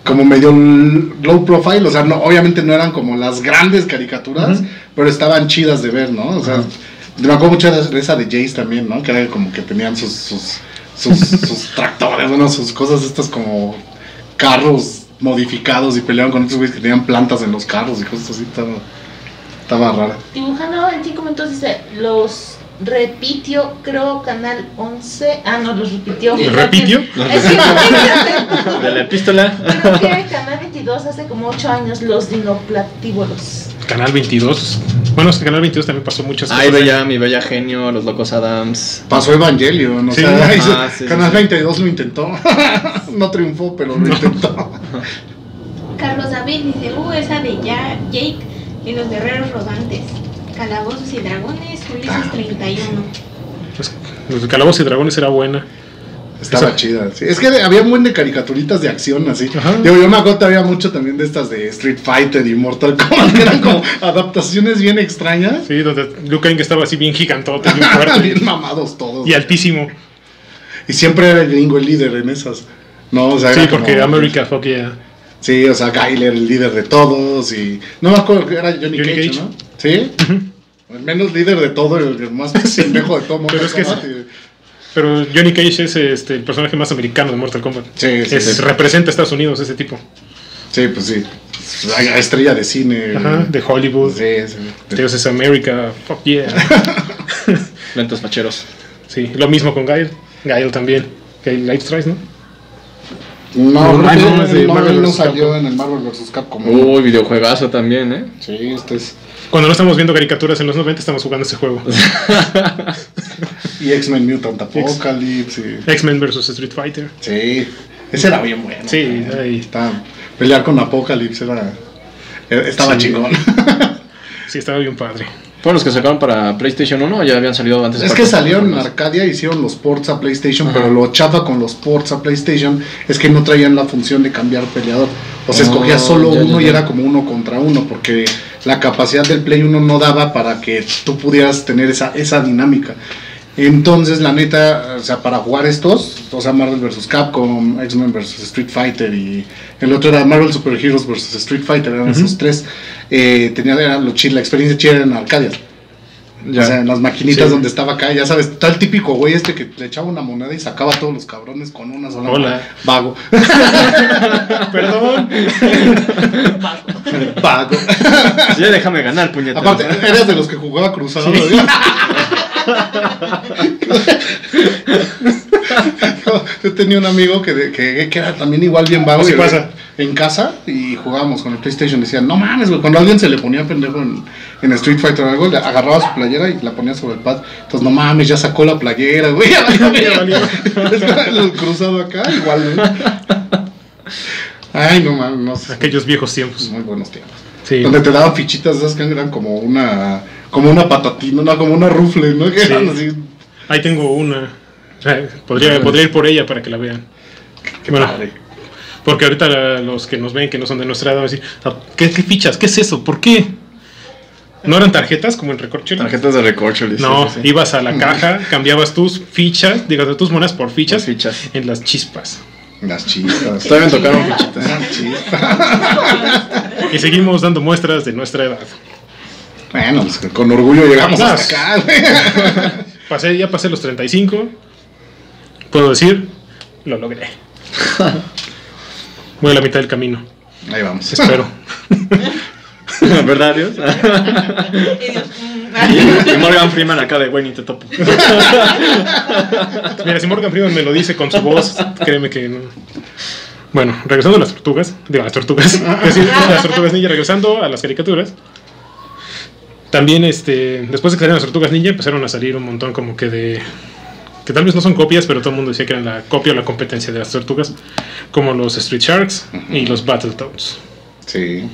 como medio l- low profile. O sea, no, obviamente no eran como las grandes caricaturas,
Ujú.
pero estaban chidas de ver, ¿no? O sea, me acuerdo mucho de, de esa de Jayce también, ¿no? Que era como que tenían sus, sus, sus, sus tractores, bueno, sus cosas estas como carros modificados y peleaban con estos güeyes que tenían plantas en los carros y cosas así. Estaba, estaba rara.
Dibujando en cinco minutos dice, los repitió, creo, Canal 11. Ah, no, los repitió.
¿Los repitió?
Es que
De la epístola.
creo que Canal 22 hace como 8 años, los dinoplatívolos.
Canal 22. Bueno, es que Canal 22 también pasó muchas cosas.
Ay, bella, mi bella genio, los locos Adams.
Pasó Evangelio, no
Sí.
Ah, sí, sí,
Canal
sí.
22 lo intentó. no triunfó, pero lo intentó.
Carlos David dice, uh, esa de ya Jake y los guerreros rodantes. Calabozos y dragones, Ulises 31.
Pues, Los de Calabozos y Dragones era buena.
Estaba
Esa-
chida. sí. Es que había un buen de caricaturitas de acción así.
Ajá.
Digo, yo me acuerdo había mucho también de estas de Street Fighter y Mortal Kombat, que eran como adaptaciones bien extrañas.
Sí, donde Luke Cage estaba así bien gigantote, bien fuerte
bien mamados todos.
y altísimo.
Y siempre era el gringo el líder en esas. No, o sea,
Sí,
era como-
porque America fuck yeah.
Sí, o sea, Gailer, el líder de todos. Y no me acuerdo que era Johnny,
Johnny
Cage,
Cage.
¿no? Sí. El menos líder de todo, el el más pendejo de todo. Mortal
Pero es que
Kombat
es-
y-
Pero Johnny Cage es este, el personaje más americano de Mortal Kombat.
Sí, sí,
Es-
sí.
Representa a Estados Unidos ese tipo.
Sí, pues sí. La estrella de cine.
Ajá, de Hollywood.
Sí, sí.
Dios es America, fuck yeah.
Lentos facheros.
Sí, lo mismo con Gail. Gail también. Gail Life Tries, ¿no?
No,
No,
creo que
no, es de
no,
Marvel
él no
vs.
salió
Capcom.
en el Marvel vs. Capcom.
Uy, videojuegazo también, ¿eh?
Sí, este es.
Cuando no estamos viendo caricaturas en los 90, estamos jugando ese juego.
Y X-Men Mutant Apocalypse. y-
X-Men vs. Street Fighter.
Sí. Ese era bien bueno.
Sí,
eh.
ahí.
Está- pelear con Apocalypse era. era- Estaba
Sí.
chingón.
Sí, estaba bien padre.
Fueron los que sacaron para PlayStation 1 o ya habían salido antes.
es
para
que
otras
salieron en
plataformas?
Arcadia, hicieron los ports a PlayStation,
Ajá.
pero lo chafa con los ports a PlayStation es que no traían la función de cambiar peleador. O sea,
Oh,
escogías solo
ya, ya,
uno y
ya.
era como uno contra uno, porque la capacidad del Play 1 no daba para que tú pudieras tener esa, esa dinámica. Entonces, la neta, o sea, para jugar estos, o sea, Marvel vs. Capcom, X-Men vs. Street Fighter y el otro era Marvel Super Heroes vs. Street Fighter, eran esos tres. Eh, tenía era lo chida, la experiencia chida era en Arcadia.
Ya.
O sea, en las maquinitas
Sí.
donde estaba acá, ya sabes, está el típico güey este que le echaba una moneda y sacaba a todos los cabrones con una sola.
Hola.
moneda. Vago.
Perdón.
Vago.
Ya déjame ganar, puñetero.
Aparte, eras de los que jugaba cruzado. ¿eh? Yo- Yo tenía un amigo que, de- que, que era también igual bien vago.
Así
y-
pasa.
En casa y jugábamos con el PlayStation. Decían, no mames, güey. Cuando alguien se le ponía pendejo en, en Street Fighter o algo, le agarraba su playera y la ponía sobre el pad. Entonces, no mames, ya sacó la playera, güey. ya valió verga". Es que lo cruzado acá, igual, güey. Ay, no mames, no sé.
Aquellos viejos tiempos.
Muy buenos tiempos.
Sí.
Donde te daban fichitas esas que eran como una como una patatina, no, como una rufle, ¿no? Que
Sí.
eran así.
Ahí tengo una. Eh, Podría, podría ir por ella para que la vean.
Qué
Bueno.
padre.
Porque ahorita la- los que nos ven, que no son de nuestra edad, van a decir, "Ah, ¿qué, qué fichas? ¿Qué es eso? ¿Por qué? ¿No eran tarjetas como en Recorcholis?
Tarjetas de recorcholis.
No,
sí, Mm. sí, sí.
ibas a la caja, cambiabas tus fichas, digo, tus monedas por fichas,
Por fichas.
en las chispas.
Las chispas.
Todavía me tocaron fichitas.
Eran chispas.
Y seguimos dando muestras de nuestra edad.
Bueno, pues, con orgullo llegamos
Vamos.
hasta acá. güey.
Pasé, ya pasé los 35. Puedo decir, lo logré. Voy a la mitad del camino,
Ahí vamos.
espero.
¿Verdad, Dios?
Y Dios, mm,
y, y Morgan Freeman acá de, güey, ni te topo.
Mira, si Morgan Freeman me lo dice con su voz, créeme que no. Bueno, regresando a las tortugas, digo, a las tortugas, es decir, a las tortugas ninja, regresando a las caricaturas. También, este, después de que salieron las tortugas ninja, empezaron a salir un montón como que de. que tal vez no son copias, pero todo el mundo decía que eran la copia o la competencia de las tortugas, como los Street Sharks y los Battletoads.
Sí.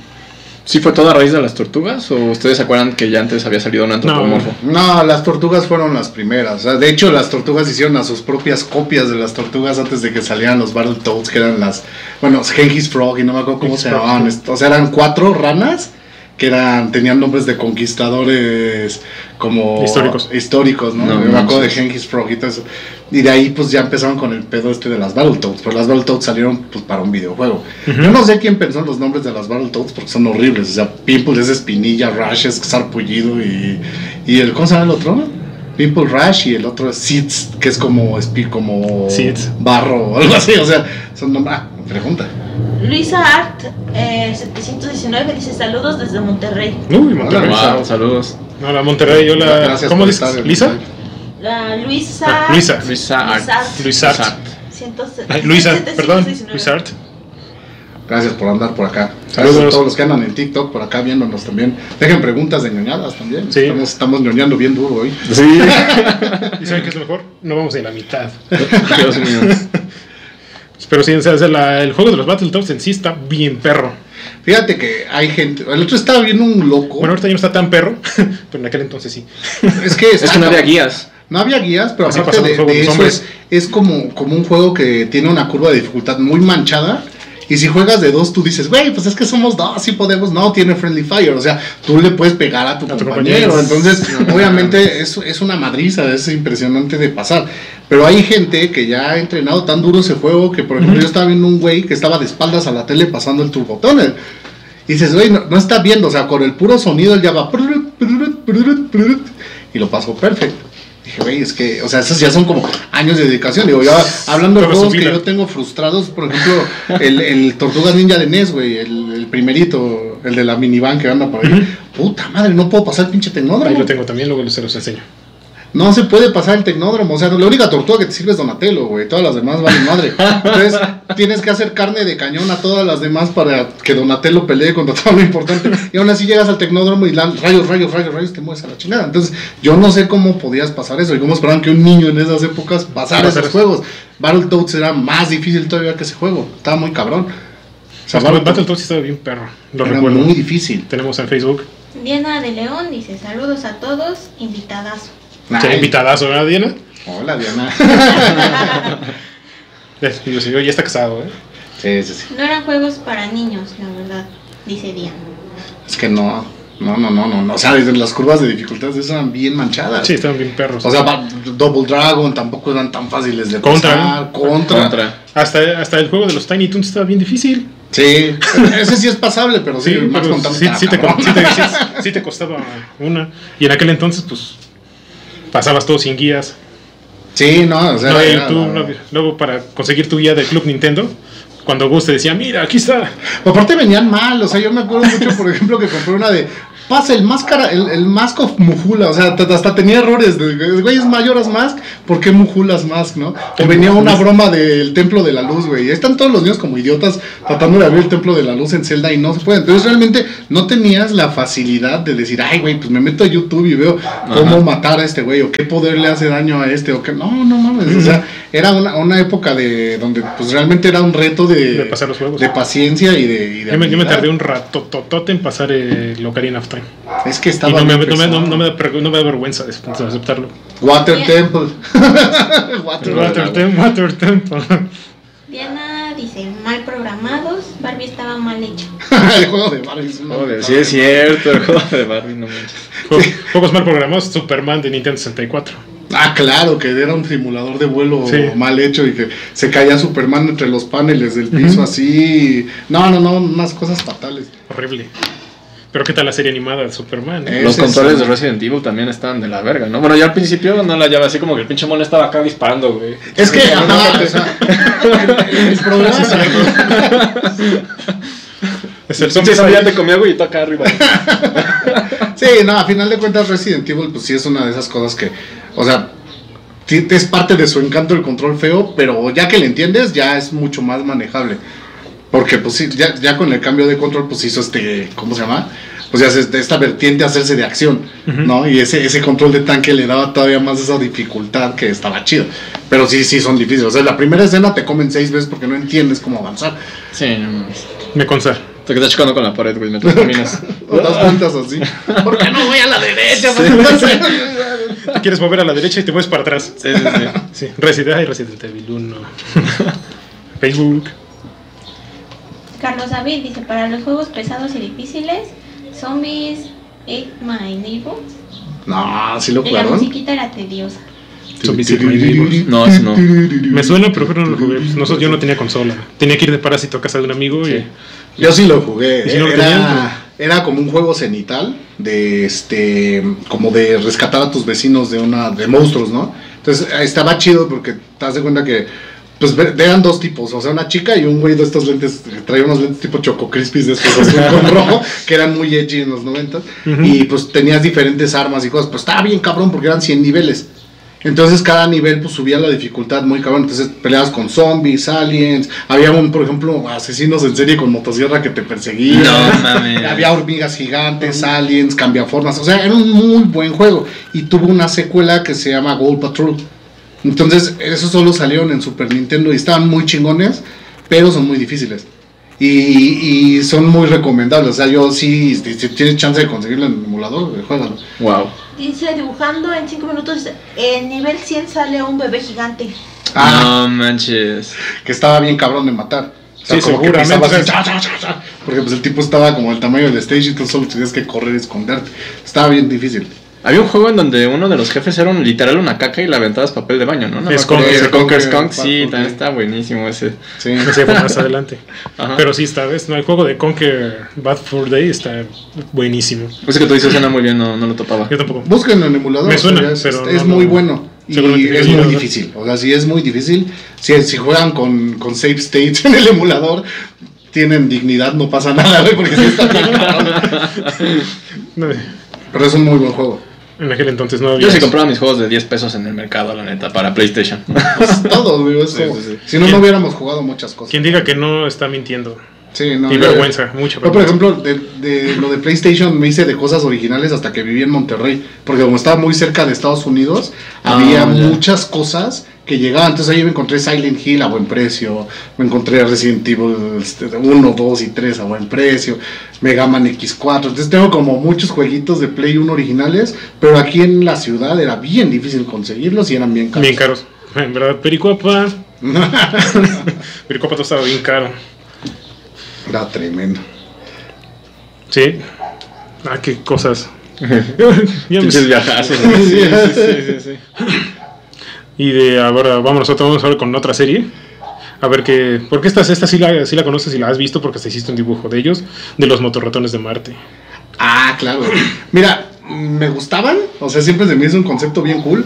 ¿Sí fue todo a raíz de las tortugas? ¿O ustedes se acuerdan que ya antes había salido un antropomorfo?
No, las tortugas fueron las primeras. O sea, de hecho, las tortugas hicieron a sus propias copias de las tortugas antes de que salieran los Battletoads, que eran las. Bueno, Genghis Frog y no me acuerdo cómo se llamaban. O sea, eran cuatro ranas que eran tenían nombres de conquistadores como
Históricos.
históricos, ¿no?
No
me acuerdo de
manches.
Genghis Frog y todo eso. Y de ahí pues ya empezaron con el pedo este de las Battletoads, pero las Battletoads salieron pues para un videojuego. Yo no sé quién pensó en los nombres de las Battletoads porque son horribles, o sea, Pimple es espinilla, Rash es sarpullido y y el ¿cómo se llama el otro? Pimple Rash y el otro es Seeds, que es como espi como
Seeds.
barro o algo así, o sea, son nombres, ah, pregunta.
Luisa Art eh, 719 dice saludos desde Monterrey.
Uy, Monterrey.
Hola.
Wow, saludos.
Hola, Monterrey. Hola.
Gracias
¿Cómo
por
dices?
estar en-
¿Lisa?
La Luisa
Ah, Luisa.
Luisa Art.
Luisa Art.
Cientos-
Ay, Luisa,
719.
perdón. Luisa Art.
Gracias por andar por acá. Saludos
Saludos.
a todos los que andan en TikTok por acá viéndonos también. Dejen preguntas de ñoñadas también.
Sí.
Estamos, estamos ñoñando bien duro hoy.
Sí,
¿Y saben qué es lo mejor? No vamos ni a la mitad.
Dios mío.
Pero sí, o sea, la- el juego de los Battletoads en sí está bien perro.
Fíjate que hay gente. El otro estaba viendo un loco.
Bueno, ahorita ya no está tan perro, pero en aquel entonces sí.
es que,
Es que no había guías.
No había guías, pero
Así
aparte
pasaban los
de,
juegos
de
de los
eso es, es como, como un juego que tiene una curva de dificultad muy manchada. Y si juegas de dos, tú dices, güey, pues es que somos dos, sí podemos. No, tiene Friendly Fire. O sea, tú le puedes pegar a tu,
A tu
compañero.
compañero.
Entonces,
no,
obviamente, es, es una madriza, es impresionante de pasar. Pero hay gente que ya ha entrenado tan duro ese juego que, por ejemplo, yo estaba viendo un güey que estaba de espaldas a la tele pasando el Turbo Tunnel. Y dices, güey, no, no está viendo, o sea, con el puro sonido él ya va. prurut, prurut, prurut, prurut, y lo pasó perfecto. Dije, güey, es que, o sea, esos ya son como años de dedicación. Digo, ya hablando de
Toda su
juegos que
vida.
yo tengo frustrados, por ejemplo, el, el Tortugas Ninja de NES, güey, el, el primerito, el de la minivan que anda por ahí. Puta madre, no puedo pasar el pinche
Ahí
tecnódromo.
lo tengo también, luego se los enseño.
No se puede pasar el tecnódromo. O sea, la única tortuga que te sirve es Donatello, güey. Todas las demás valen madre. Entonces, tienes que hacer carne de cañón a todas las demás para que Donatello pelee contra todo lo importante. Y aún así llegas al tecnódromo y lan- rayos, rayos, rayos, rayos, te mueves a la chingada. Entonces, yo no sé cómo podías pasar eso y cómo esperaban que un niño en esas épocas pasara
Pasar
esos
eso.
juegos. Battletoads era más difícil todavía que ese juego. Estaba muy cabrón. O sea,
Battle
Battletoads
Battletoads sí estaba bien perro, lo
era
recuerdo.
muy difícil.
Tenemos en Facebook.
Diana de León dice saludos a todos, invitadazo.
Se
Ay,
invitadazo, ¿verdad, Diana?
Hola, Diana.
Y yo, sí, oye, ya está casado, ¿eh?
sí, sí, sí.
No eran juegos para niños, la verdad, dice Diana.
Es que no, no, no, no, no, no. O sea, desde las curvas de dificultad eran bien manchadas.
Sí, estaban bien perros.
O sea, va- Double Dragon tampoco eran tan fáciles de
Contra.
pasar. Contra.
Contra.
hasta, hasta el juego de los Tiny Toons estaba bien difícil.
Sí. Ese sí es pasable, pero sí,
Sí,
más
pero
con
sí, sí te, co- sí te- sí- sí te costaba una. Y en aquel entonces, pues, pasabas todo sin guías.
Sí, no, o sea.
No había
era-
YouTube, no había- Luego, para conseguir tu guía del Club Nintendo, cuando Gus te decía, mira, aquí está.
Aparte venían mal, o sea, yo me acuerdo mucho, por ejemplo, que compré una de. Pasa el máscara, el, el Mask of Mujula, o sea, t- hasta tenía errores. De, güey, es mayoras Mask, ¿por qué Mujulas Mask, no? O venía una broma del Templo de la Luz, güey. y ahí Están todos los niños como idiotas tratando de abrir el Templo de la Luz en Zelda y no se puede. Entonces, realmente no tenías la facilidad de decir, ay, güey, pues me meto a YouTube y veo cómo matar a este güey, o qué poder le hace daño a este, o qué. No, no mames, o sea, era una, una época de donde, pues realmente era un reto de.
De pasar los juegos.
De paciencia y de. y de
Yo me, yo me
habilidad.
tardé un rato en pasar el Ocarina of Time.
Es que
Y
estaba.
no me,
muy
no me- no-
pesado.
no me da, per- no me da vergüenza de de aceptarlo.
Water
Bien.
Temple. Water
Water Temple, Water Temple.
Diana dice mal programados, Barbie estaba mal hecha.
El juego de Barbie es una-
Joder, sí es cierto, el juego de Barbie, no manches.
Juegos, juegos mal programados, Superman de Nintendo 64.
Ah, claro, que era un simulador de vuelo
Sí.
mal hecho y que se caía Superman entre los paneles del piso así. No, no, no, unas cosas fatales.
Horrible. Pero qué tal la serie animada de Superman. eh?
Ese
Los
es
controles
el-
de Resident Evil también estaban de la verga, ¿no? Bueno, yo al principio no la llevaba así como que el pinche mono estaba acá disparando, güey.
Es que,
No, no,
ajá,
no,
o sea, el, el problema es
Es
el
el
pinche
zombie
zombie
sale-
te comía, güey, y tú acá arriba.
Sí, no, a final de cuentas Resident Evil pues sí es una de esas cosas que, o sea, ti- es parte de su encanto el control feo, pero ya que le entiendes ya es mucho más manejable. Porque pues sí, ya, ya con el cambio de control pues hizo este, ¿cómo se llama? Pues ya se- de esta vertiente a hacerse de acción, ¿no? Y ese, ese control de tanque le daba todavía más esa dificultad que estaba chido. Pero sí, sí, son difíciles. O sea, la primera escena te comen seis veces porque no entiendes cómo avanzar.
Sí, no mames.
Me consta.
Te quedas chocando con la pared, güey, mientras caminas.
O das vueltas así.
¿Por qué no voy a la derecha?
Sí.
Te quieres mover a la derecha y te mueves para atrás.
Sí, sí, sí.
Sí, Resident, ay, Resident Evil 1. Facebook.
Carlos David dice, para los juegos pesados y difíciles, Zombies, Ate My Neighbor.
No, sí lo
Y la
jugaron.
musiquita era tediosa.
Zombies Hit My Neighbors.
No, ese no.
Me suena, pero creo que no lo jugué. Pues Nosotros, yo no tenía consola. Tenía que ir de parásito a casa de un amigo y.
Yo sí lo jugué. eh,
¿Y si no lo tenían,
era, era como un juego cenital de este como de rescatar a tus vecinos de una de monstruos, ¿no? Entonces eh, estaba chido porque te das de cuenta que pues ve- eran dos tipos, o sea, una chica y un güey de estos lentes, que traía unos lentes tipo Choco Crispies de estos azul con rojo, que eran muy edgy en los 90
Ujú.
y pues tenías diferentes armas y cosas, pues estaba bien cabrón porque eran 100 niveles. Entonces cada nivel pues subía la dificultad muy cabrón, entonces peleabas con zombies, aliens, había un, por ejemplo, asesinos en serie con motosierra que te perseguían.
No mames.
Había hormigas gigantes, aliens, cambiaformas. O sea, era un muy buen juego. Y tuvo una secuela que se llama Gold Patrol. Entonces, esos solo salieron en Super Nintendo y estaban muy chingones, pero son muy difíciles. Y, y son muy recomendables. O sea, yo sí, si, si tienes chance de conseguirlo en el emulador, güey, juégalo.
Wow.
Dice, dibujando en 5 minutos, en nivel 100 sale un bebé gigante.
Ah,
No manches.
que estaba bien cabrón de matar. O sea,
Sí,
como que
seguramente,
pisaba así,
o sea,
cha, cha, cha, cha, porque pues el tipo estaba como el tamaño del stage y tú solo tenías que correr y esconderte. Estaba bien difícil.
Había un juego en donde uno de los jefes era un, literal una caca y le aventabas papel de baño, ¿no? no me
Es
acuerdo.
Conker,
Ese Conker
Conker,
Skunk, sí,
Conker.
también está buenísimo ese.
Sí.
Ese fue más adelante.
Ajá.
Pero sí, esta vez, no, el juego de Conquer Bad Fur Day está buenísimo.
Ese que tú dices suena muy bien, no, no lo topaba.
Yo tampoco.
Búsquenlo en emulador.
Me suena,
o sea, es,
pero
es
no,
muy
no.
bueno. Y
Seguramente
es
sí,
muy
¿verdad?
difícil. O sea, sí es muy difícil. Si, si juegan con, con save states en el emulador, tienen dignidad, no pasa nada, güey, porque sí está bien cabrón.
No,
Pero es un muy buen juego.
en aquel entonces no había.
Yo sí compraba mis juegos de 10 pesos en el mercado, la neta, para PlayStation.
Es Pues, todo, güey. es
Sí,
como-
sí, sí.
Si no, no
¿Quién-
hubiéramos jugado muchas cosas.
Quien diga que no está mintiendo.
Sí, no,
y
yo-
vergüenza, mucha
Yo, por
vergüenza.
ejemplo, de, de lo de PlayStation me hice de cosas originales hasta que viví en Monterrey, porque como estaba muy cerca de Estados Unidos,
Ah,
había
ya.
muchas cosas que llegaban. Entonces ahí me encontré Silent Hill a buen precio, me encontré Resident Evil este, 1, 2 y 3 a buen precio, Mega Man X4. Entonces tengo como muchos jueguitos de Play 1 originales, pero aquí en la ciudad era bien difícil conseguirlos y eran bien caros.
Bien caros. En verdad, Pericuapa. Pericuapa todo estaba bien caro.
era tremendo.
Sí. Ah, qué cosas. Ya me-
Pinches viajarse.
Sí,
sí, sí.
y de ahora, vámonos otra, vamos ahora con otra serie. A ver qué. Porque esta, esta sí, la, sí la conoces y la has visto porque te hiciste un dibujo de ellos, de los motorratones de Marte.
Ah, claro. Mira, me gustaban, o sea, siempre se me hizo un concepto bien cool.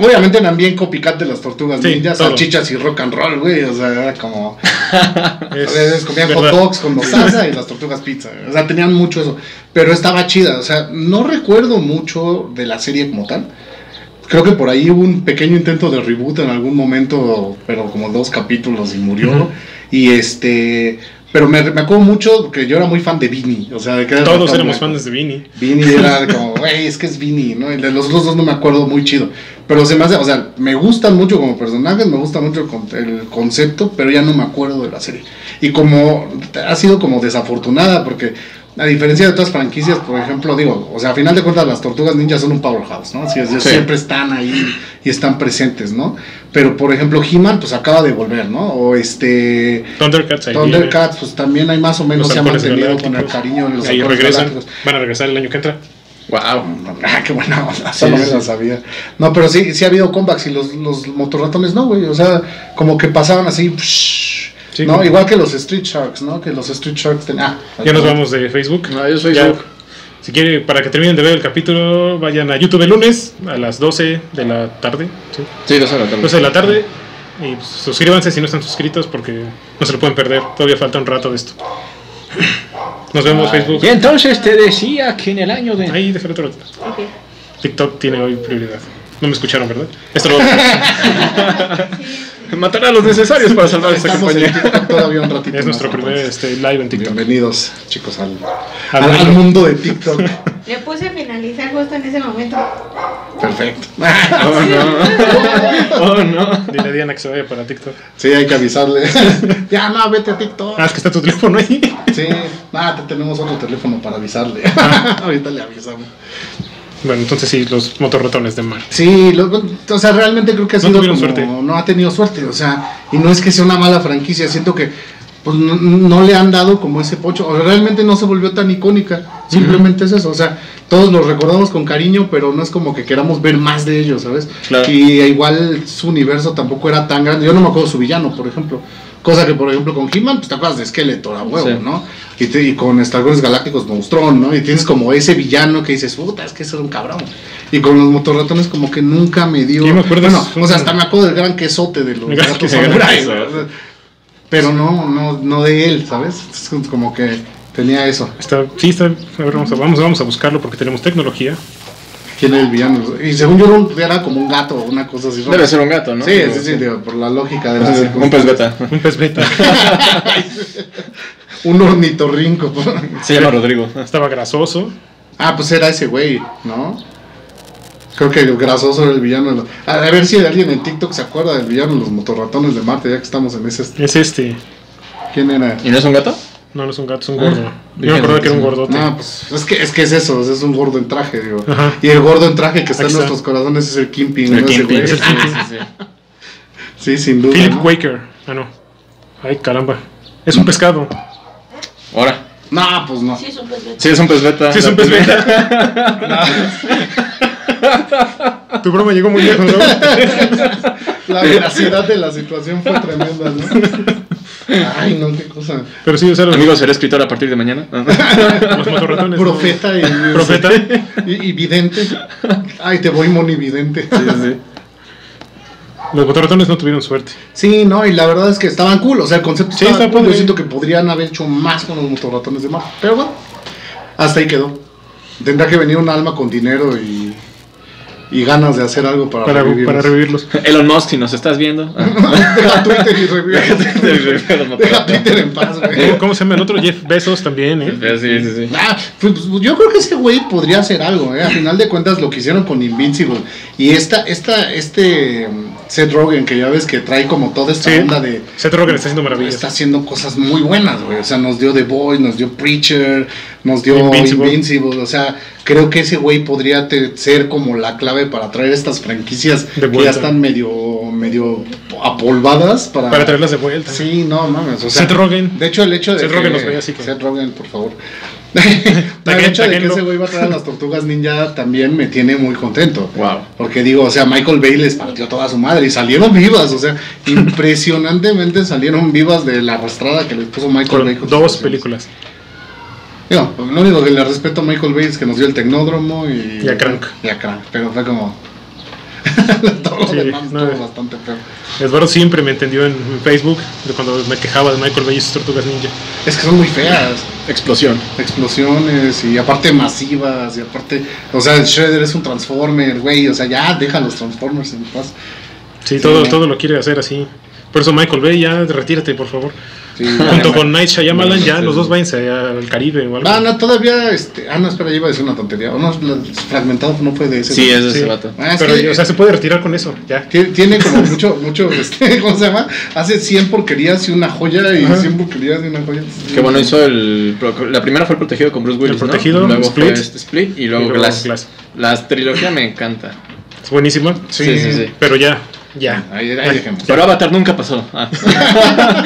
Obviamente eran bien copycat de las tortugas
Sí,
ninjas,
todo.
salchichas y rock and roll, güey. O sea, era como.
Es
a veces comían
verdad.
hot dogs con mostaza y las tortugas pizza. O sea, tenían mucho eso. Pero estaba chida. O sea, no recuerdo mucho de la serie como tal. Creo que por ahí hubo un pequeño intento de reboot en algún momento, pero como dos capítulos y murió.
Ujú.
Y este. Pero me, me acuerdo mucho que yo era muy fan de Vinny. O sea, de que era el
Todos
ratón
éramos
blanco.
fans de Vinny.
Vini era como, güey, es que es Vini, ¿no? Y de los otros dos no me acuerdo muy chido. Pero se me hace, o sea, me gustan mucho como personajes, me gusta mucho el, con- el concepto, pero ya no me acuerdo de la serie. Y como ha sido como desafortunada, porque a diferencia de otras franquicias, por ejemplo, digo, o sea, a final de cuentas las tortugas ninjas son un powerhouse, ¿no? Así es,
Sí.
siempre están ahí y están presentes, ¿no? Pero por ejemplo, He-Man, pues acaba de volver, ¿no? O este.
Thundercats ahí viene.
Thundercats, pues también hay más o menos se ha
Halcones
mantenido con el
Galácticos.
cariño de los
Ahí
Halcones
regresan.
Galácticos.
Van a regresar el año que entra.
Wow.
Ah, qué buena onda.
Sí,
no
sí.
lo sabía. No, pero sí, sí ha habido comebacks y los, los motorratones no, güey. O sea, como que pasaban así. psh,
Sí,
¿no?
como-
Igual que los Street Sharks, ¿no? Que los Street Sharks tenían. Ah,
Ya nos vamos de Facebook.
Ah, yo soy
Ya,
Zook.
si quieren, para que terminen de ver el capítulo, vayan a YouTube el lunes a las 12 de la tarde. ¿sí?
Sí, dos de la tarde.
12 de la tarde. Y pues, suscríbanse si no están suscritos porque no se lo pueden perder. Todavía falta un rato de esto. Nos vemos, Facebook.
Ah. Y entonces te decía que en el año de.
Ahí, déjalo otro.
Ok.
TikTok tiene hoy prioridad. No me escucharon, ¿verdad? Esto lo es
Matar a los necesarios para salvar este esta
Estamos en
compañía.
TikTok todavía un ratito. más,
nuestro primer
entonces.
este, live en TikTok.
Bienvenidos, chicos, al,
Al
al- al
mundo.
mundo de TikTok.
Le puse finalizar justo en ese momento.
Perfecto.
Oh no. Oh no.
Dile a Diana que se vaya para TikTok.
Sí, hay que avisarle. ya, no, vete a TikTok.
Ah, es que está tu teléfono ahí.
Sí, nada, te tenemos otro teléfono para avisarle.
Ah.
Ahorita le avisamos.
Bueno, entonces sí, los motorrotones de mar.
Sí, lo- o sea, realmente creo que ha
No
sido
tuvieron
como-
suerte.
no ha tenido suerte, o sea, y no es que sea una mala franquicia, siento que pues no, no le han dado como ese pocho, o sea, realmente no se volvió tan icónica, simplemente es eso, o sea, todos los recordamos con cariño, pero no es como que queramos ver más de ellos, ¿sabes?
Claro.
Y igual su universo tampoco era tan grande, yo no me acuerdo su villano, por ejemplo. Cosa que, por ejemplo, con He-Man, pues te acuerdas de Skeletor a huevo,
Sí.
¿no? Y, te- y con Estalgones Galácticos Monstrón, ¿no? Y tienes como ese villano que dices, puta, es que ese era un cabrón. Y con los motorratones como que nunca me dio...
Yo me acuerdo
bueno,
es un-
o sea, hasta me acuerdo del gran quesote de los
El gran
gatos
quesote.
samuráis,
Gran
¿no? Pero no, no, no de él, ¿sabes? Es como que tenía eso.
Está, sí, está. A ver, vamos a, vamos, vamos a buscarlo porque tenemos tecnología.
¿Quién era el villano? Y según yo era un- era como un gato o una cosa así. rara.
Debe ser un gato, ¿no?
Sí, sí, sí, digo, por la lógica de la
Entonces, Un pez beta.
Un pez beta.
Un ornitorrinco.
Se llama Rodrigo.
Estaba grasoso.
Ah, pues era ese güey, ¿no? Creo que el grasoso era el villano. de los- A a ver si alguien en TikTok se acuerda del villano de los motorratones de Marte, ya que estamos en ese.
Es este.
¿Quién era?
¿Y no es un gato?
No, no es un gato, es un gordo. Yo
dije,
me acuerdo que era un
no,
gordote.
Ah, No, pues es que, es que es eso, es un gordo en traje, digo.
Ajá.
Y el gordo en traje que está en
Aquí está.
nuestros corazones es el Kimping.
El
¿no? Ese
Kingpin.
güey.
Sí, sí, sí.
Sí, sin duda.
Philip
pues, ¿no?
Waker. Ah, no. Ay, caramba. Es un pescado.
Ahora.
No, pues no.
Sí, es un pez beta.
Sí, es un pez beta.
Sí, es un pez beta. Tu broma llegó muy lejos, ¿no?
La veracidad de la situación fue tremenda, ¿no? Ay, no, qué cosa.
Pero sí, o sea, los,
Amigo, seré escritor a partir de mañana.
los motorratones. ¿no?
Profeta y.
Profeta.
Y, y vidente. Ay, te voy monividente.
Los motorratones no tuvieron suerte.
Sí, no, y la verdad es que estaban cool. O sea, el concepto
Sí,
estaba
está
cool. Yo
padre.
siento que podrían haber hecho más con los motorratones de mar. Pero bueno, hasta ahí quedó. Tendrá que venir un alma con dinero y, y ganas de hacer algo para,
Para,
revivirlos.
para revivirlos.
Elon Musk, si nos estás viendo.
Deja Twitter y revivirlos. Deja
Sí,
Twitter en paz, güey.
Eh, ¿Cómo se llama el otro? Jeff Bezos también, ¿eh?
sí, sí.
Ah, pues, pues, yo creo que ese güey podría hacer algo, ¿eh? A final de cuentas, lo que hicieron con Invincible. Y esta, esta, este mm, Seth Rogen, que ya ves que trae como toda esta
Sí.
onda de.
Seth Rogen está haciendo maravillas. ¿eh?
Está haciendo cosas muy buenas, güey. O sea, nos dio The Boys, nos dio Preacher, nos dio
Invincible.
Invincible. O sea, creo que ese güey podría te- ser como la clave para traer estas franquicias
De
que ya
vuelta.
están medio, medio apolvadas para.
Para traerlas de vuelta.
Sí, no mames. O sea,
Seth Rogen.
De hecho, el hecho de.
Seth
que-
Rogen los veía así que-
Seth Rogen, por favor. No, el hecho de que
taguenlo.
ese güey va a traer a las tortugas ninja también me tiene muy contento.
Wow.
Porque digo, o sea, Michael Bay les partió toda su madre y salieron vivas, o sea, impresionantemente salieron vivas de la arrastrada que les puso Michael Bay.
Con
con
dos
sus
películas.
Digo, pues, lo único que le respeto a Michael Bay es que nos dio el Tecnódromo y.
Y a Crank.
Y a Crank, pero fue como. todo lo
Sí,
demás
no.
estuvo bastante feo.
Eduardo siempre me entendió en en Facebook de cuando me quejaba de Michael Bay y sus tortugas ninja.
Es que son muy feas.
Explosión.
Explosiones y aparte masivas y aparte. O sea, el Shredder es un Transformer, güey. O sea, ya deja los Transformers en paz.
Sí, todo,
¿no?
todo lo quiere hacer así. Por eso Michael Bay, ya retírate, por favor.
Sí,
Junto con Night Shyamalan,
Ah, Bueno,
ya
sí,
los
sí.
dos váyanse al Caribe o algo.
Ah, no, todavía, este, ah, no, espera, yo iba a decir una tontería. O no, la- fragmentado no fue de ese.
Sí, es de
Sí.
ese vato.
Ah, es
Pero,
que,
o sea, se puede retirar con eso, ya.
ti- tiene como mucho, mucho, este, ¿cómo se llama? Hace 100 porquerías y una joya y
Ajá.
100 porquerías y una joya.
Que bueno, hizo el. La primera fue el protegido con Bruce Willis.
El Protegido,
¿no? luego
Split.
fue este Split y luego,
Y luego
Glass.
Glass.
La trilogía me encanta.
Es buenísima.
Sí,
sí, Ah, sí, sí.
Pero ya, ya.
Ahí, ahí dejemos.
Pero Avatar nunca pasó. Ah.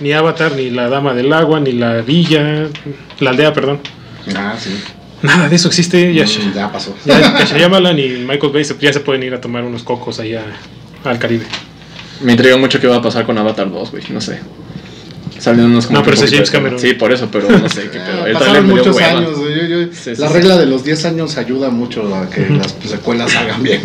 Ni Avatar, ni la Dama del Agua, ni la Villa, la Aldea, perdón.
Ah, sí.
Nada de eso existe. Ya,
Mm, Ya pasó.
ya, ya Shyamalan y Michael Bay se- ya se pueden ir a tomar unos cocos allá al Caribe.
Me intriga mucho qué va a pasar con Avatar 2, güey. No sé. Salen unos como
No, pero
que un
ese es James
poquito de-
Cameron.
Sí, por eso, pero no sé qué pedo.
Ah,
El trailer
pasaron
me dio
muchos
hueva.
años. güey, yo- yo-
Sí, sí,
la
sí.
regla de los 10 años ayuda mucho a que las secuelas hagan bien.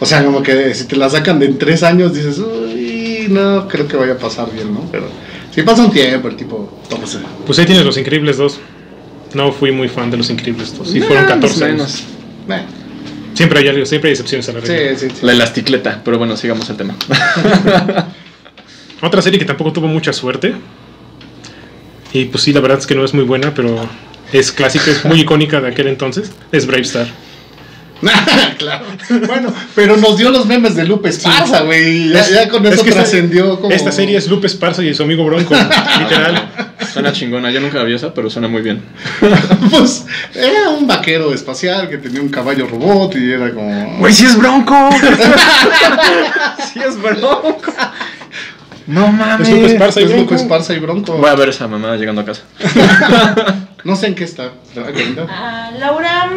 O sea, como que si te la sacan de en 3 años, dices, uy, no creo que vaya a pasar bien, ¿no? Pero si pasa un tiempo, el tipo, tómase.
Pues ahí tienes Los Increíbles 2. No fui muy fan de Los Increíbles 2. Sí, fueron
Nah,
14
más o
años.
Ah, menos.
Bueno,
Siempre hay algo, siempre hay excepciones a la regla.
sí, sí, sí.
La elasticleta, pero bueno, sigamos el tema.
Otra serie que tampoco tuvo mucha suerte. Y pues sí, la verdad es que no es muy buena, pero es clásica, es muy icónica de aquel entonces, es Brave Star.
claro. Bueno, pero nos dio los memes de Lupe Esparza, güey. Ya,
Es-
ya con
es
eso
que esta-
trascendió como.
Esta serie es Lupe Esparza y su amigo Bronco, literal.
Suena chingona, yo nunca la vi esa, pero suena muy bien.
Pues era un vaquero espacial que tenía un caballo robot y era como.
¡Güey, si es bronco! ¡Si es bronco! ¡No mames!
Es Lupe Esparza y
Es Lupe
Bronco.
Esparza y Bronco.
Voy a ver esa mamada llegando a casa.
No sé en qué está. ¿verdad, Belinda?
Ah, Laura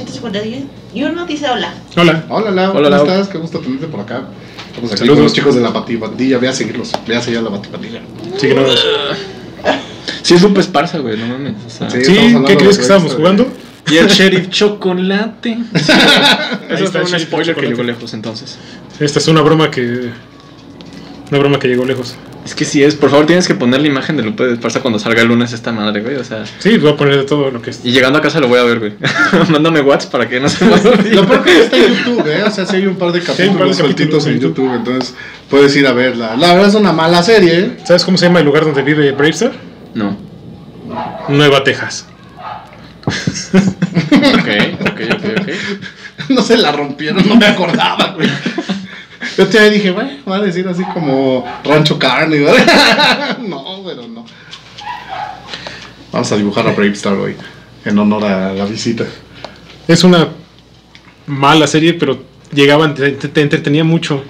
MP851 dice hola.
Hola.
Hola, Lau.
Hola, Lau.
¿Cómo estás? Qué gusto tenerte por acá. Estamos aquí
Saludos.
con los chicos de la Batipandilla. Ve a seguirlos. Ve a seguir a la Batipandilla.
Síguenos.
Si es Lupe Esparza, güey, no mames. o sea.
Sí. estamos
Sí,
hablando
¿qué crees
de
que
Brave
estábamos
Star.
jugando?
Y el sheriff chocolate.
Ahí
Eso
está
fue
el
un
sheriff
spoiler que
chocolate.
llegó lejos entonces.
Esta es una broma que. Una broma que llegó lejos.
Es que si es, por favor tienes que poner la imagen de Lupe Esparza cuando salga el lunes esta madre, güey. O sea,
Sí, voy a poner de todo lo que es.
y llegando a casa lo voy a ver, güey. Mándame WhatsApp para que no se me olvide.
Lo peor que está en YouTube, ¿eh? O sea, sí hay un par de
hay un par de
capítulos sueltitos
capítulos en
en
YouTube.
YouTube. Entonces puedes ir a verla. La verdad es una mala serie, ¿eh?
¿Sabes cómo se llama el lugar donde vive Bravestar?
No.
Nueva Texas.
Ok, ok, ok, ok.
No se la rompieron, no me acordaba, güey. Yo te dije, bueno, va a decir así como Rancho Carne, güey. No, pero no. Vamos a dibujar a Brave Star hoy, en honor a la visita.
Es una mala serie, pero llegaban, te, te- te entretenía mucho.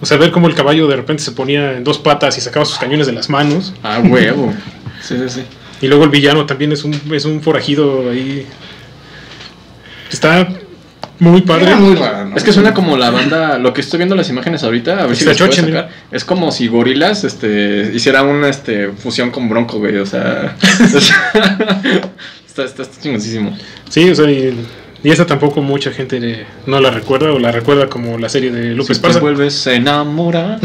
O sea, ver cómo el caballo de repente se ponía en dos patas y sacaba sus cañones de las manos.
Ah, huevo. Sí, sí, sí.
Y luego el villano también es un, es un forajido ahí. Está muy padre.
Era muy rara, ¿no?
Es que suena como la banda, lo que estoy viendo las imágenes ahorita, a ver si
Está
las puedo
choche,
sacar. Es como si Gorilas este, hiciera una este, fusión con Bronco, güey, o sea, o sea, está, está, está chingoncísimo.
Sí, o sea, y, y esa tampoco mucha gente le- no la recuerda o la recuerda como la serie de Lupe
Si te
Esparza.
vuelves a enamorar.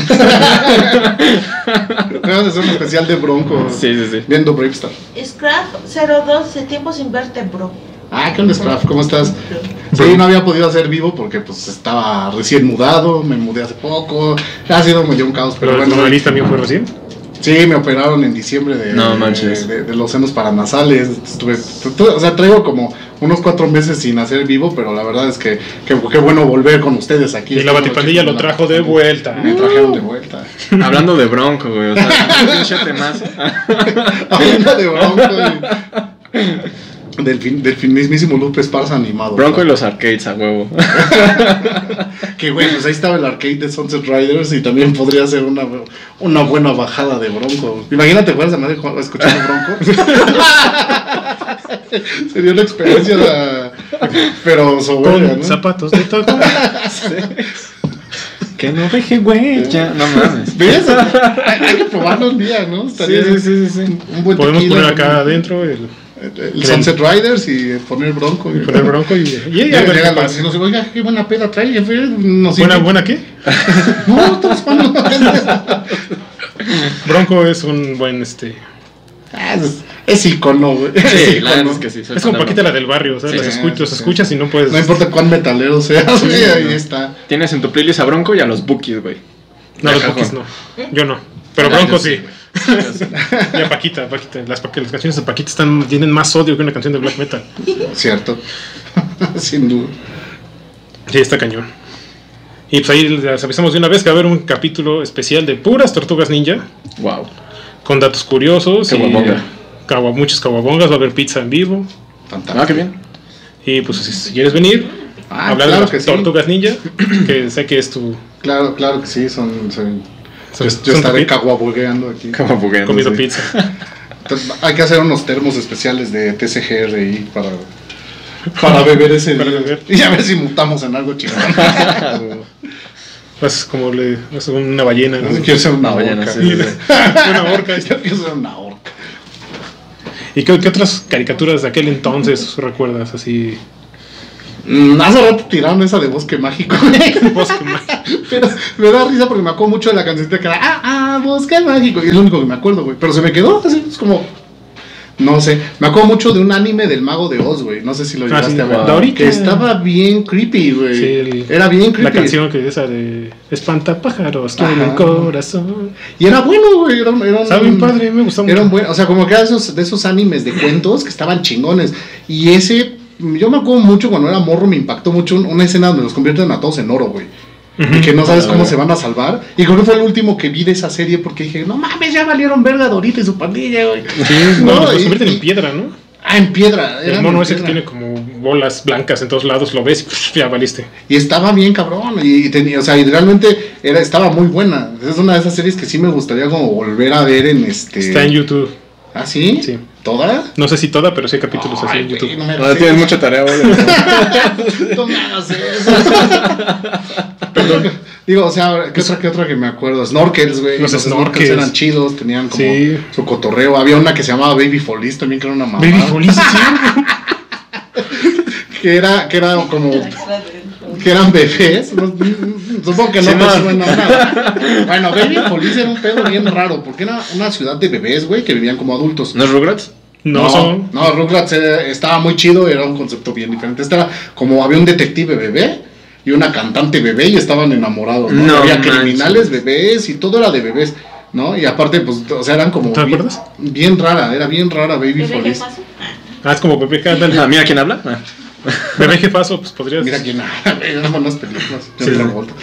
Acabas de hacer un especial de Bronco.
Sí, sí, sí.
Viendo Brave Star.
Scraft02 dice tiempo sin verte, bro.
Ah, ¿qué onda, Scraff? ¿Cómo estás? Sí,
Bro.
no había podido hacer vivo porque pues estaba recién mudado, me mudé hace poco. Ha sido medio un caos, pero,
Pero el
bueno.
nariz también fue recién.
Sí, me operaron en diciembre de,
No manches.
de, de los senos paranasales. Estuve, tu- tu- o sea, traigo como unos cuatro meses sin hacer vivo, pero la verdad es que qué bueno volver con ustedes aquí.
Y la
Estuvo
batipandilla
chido,
lo
la
trajo de
Batipandilla.
vuelta.
Me trajeron de vuelta.
Hablando de Bronco, güey, o sea, pinche temazo.
Hablando de Bronco. y- Del, fin- del fin- mismísimo Lupe Esparza animado.
Bronco y los arcades, a huevo.
Que güey, pues ahí estaba el arcade de Sunset Riders y también podría ser una, una buena bajada de Bronco. Imagínate jugar esa madre jugando- escuchando Bronco. Sería una experiencia, la- pero soberbia,
Con
¿no?
zapatos de taco.
que no deje huella. No mames.
¿Ves? Hay, hay que probarlo un día, ¿no?
Sí,
Estaría
sí, sí, sí, sí.
Un buen
Podemos
tequila
poner
con
acá adentro el,
El, el Sunset Riders y poner Bronco. Y
poner bronco y, y a ver qué
Llegan los
pasa.
vecinos y, oiga, qué buena peda trae, jefe. Nos
¿Buena,
invita".
buena qué?
No, estamos jugando.
Bronco es un buen este.
Ah, es, es icono, güey.
Sí, la
icono.
verdad es que sí. soy
Es como
fan de
Paquita la
Bronco.
del barrio, o sea,
Sí,
las
sí,
escuchas, los
sí.
escuchas y no puedes.
No importa cuán metalero seas, güey, ahí
no.
está.
Tienes en tu playlist a Bronco y a los Bookies, güey.
No, los
Ajá.
Bookies no. Yo no. Pero
Ah,
Bronco
yo
sí.
güey. Yo sí.
Ya Paquita, Paquita. Las, pa- las canciones de Paquita están, tienen más odio que una canción de black metal.
Cierto. Sin duda.
Sí, está cañón. Y pues ahí les avisamos de una vez que va a haber un capítulo especial de puras tortugas ninja,
Wow.
con datos curiosos. y,
Caguabonga.
eh, cagua- muchas caguabongas, va a haber pizza en vivo.
Fantástico.
Ah, qué bien.
Y pues si- si quieres venir,
Ah,
hablar
claro
de las
que sí.
tortugas ninja, que sé que es tu...
Claro, claro que sí, son. son-
son-
yo
son tu
estaré
pi-
caguabogueando aquí.
Como bugueando,
comiendo
sí.
pizza.
Entonces, hay que hacer unos termos especiales de TCGRI para, para beber ese
Para
día.
beber.
Y a ver si mutamos en algo chingón.
Vas como le, vas como una ballena. ¿no?
Yo quiero ser una
No, ya no
orca.
sé, sí, sí.
una orca.
Yo quiero ser una orca.
¿Y qué, qué otras caricaturas de aquel entonces recuerdas así?
Mm, Hace rato tiraron esa de bosque mágico. Pues
Bosque Mágico.
Pero me da risa porque me acuerdo mucho de la cancioncita que era Ah, ah, bosque mágico. Y es lo único que me acuerdo, güey. Pero se me quedó así, es como. No sé. Me acuerdo mucho de un anime del mago de Oz, güey. No sé si lo
Ah,
llegaste
sí,
a ver.
la ahorita.
Que estaba bien creepy, güey.
Sí, el-
Era bien creepy.
La canción que esa de Espanta pájaros, tiene el
Ajá.
corazón.
Y era bueno, güey. Era, un- era un-
Está bien padre, me gustó mucho.
Era un buen, o sea, como que era de esos, de esos animes de cuentos que estaban chingones. Y ese, yo me acuerdo mucho cuando era morro, me impactó mucho un- una escena donde los convierten a todos en oro, güey. Y que no sabes
Ah,
cómo
güey.
se van a salvar. Y creo que fue el último que vi de esa serie porque dije, no mames, ya valieron verga Dorita y su pandilla, güey.
Sí, no,
No,
los
y-
convierten
y-
en piedra, ¿no?
Ah, en piedra.
El
eran
mono
en
ese que tiene
piedra.
como bolas blancas en todos lados, lo ves y pf, ya valiste.
Y estaba bien cabrón. Y tenía, o sea, y realmente era, estaba muy buena. Es una de esas series que sí me gustaría como volver a ver en este.
Está en YouTube.
¿Ah, sí?
Sí.
¿Toda?
No sé si toda, pero sí hay capítulos así
Ay,
en YouTube.
güey, no me
Ahora tienes mucha tarea, güey.
No me hagas eso. Perdón. Digo, o sea, ¿qué otra, qué otra que me acuerdo? Snorkels, güey.
Los snorkels.
eran chidos, tenían como
Sí.
su cotorreo. Había una que se llamaba Baby Folies también, que era una mamá.
Baby Feliz, sí.
Que era, que era como. Que eran bebés. no- supongo que no
Sí,
me
no.
suena nada. Bueno, Baby Folies era un pedo bien raro, porque era una ciudad de bebés, güey, que vivían como adultos.
¿No es Rugrats?
No, son.
no, Rugrats eh, estaba muy chido, era un concepto bien diferente. Este era como había un detective bebé y una cantante bebé y estaban enamorados, ¿no?
No
había
manches.
criminales bebés y todo era de bebés, ¿no? Y aparte, pues, o sea, eran como.
¿Te
bien,
acuerdas?
bien rara, era bien rara Baby
¿Pero qué
Feliz.
pasó? Ah,
Ah, es como Pepe
Ah,
Cándale.
mira quién habla. Ah.
Bebé Jefazo, pues podrías.
Mira quién eran buenas películas.
Sí,
John
sí.
Travolta.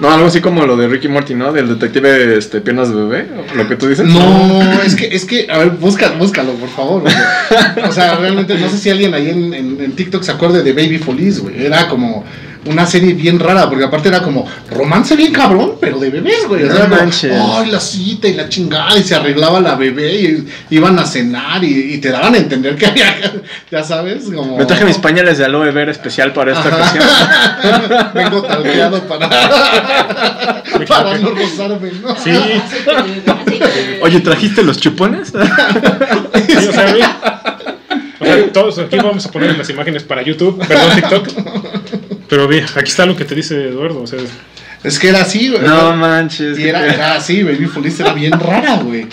No, algo así como lo de Ricky Morty, ¿no? Del detective este, piernas de bebé, o lo que tú dices.
No, es que, es que, a ver, búscalo, búscalo, por favor. güey. O sea, realmente no sé si alguien ahí en, en- en TikTok se acuerde de Baby Feliz, güey. Era como una serie bien rara, porque aparte era como romance bien cabrón, pero de bebés, güey. O sea,
No
era como,
manches.
ay, la cita y la chingada, y se arreglaba la bebé, y iban a cenar, y, y te daban a entender que había, ya sabes, como...
Me traje mis pañales de aloe vera especial para esta ocasión.
Vengo talqueado para... para no rozarme, ¿no?
Sí,
así que- así que-
Oye, ¿trajiste los chupones?
sí, o sea, bien. O sea, todos aquí vamos a poner las imágenes para YouTube, perdón, TikTok. Pero bien, aquí está lo que te dice Eduardo. O sea,
Es que era así, güey.
No manches.
Y era,
qué-
era así, Baby Feliz era bien rara, güey.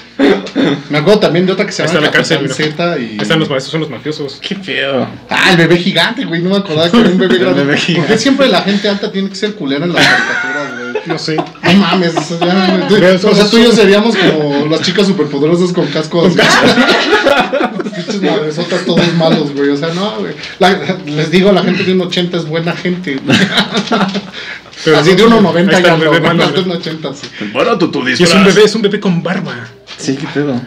Me acuerdo también de otra que se
Ahí
llama
está la cárcel,
Capitán
mira.
Z y...
están los maestros, son los mafiosos.
Qué pedo.
Ah, el bebé gigante, güey. No me acordaba que era un bebé
El
grande.
bebé
Porque
gigante.
siempre la gente alta tiene que ser culera en las caricaturas, güey?
No sé.
No mames, o sea, ya- tú-
Pero
o sea, tú y yo
somos-
seríamos como las chicas superpoderosas con cascos. Con Pinches madresotas todos malos, güey. O sea, no, güey. La- les digo, la gente de un 80 es buena gente. güey.
Pero
Así de unos 90
Ahí está
ya
el
no,
bebé malo.
de un 80, sí.
Bueno, tú, tú
Y es un bebé, es un bebé con barba.
Sí, qué pedo.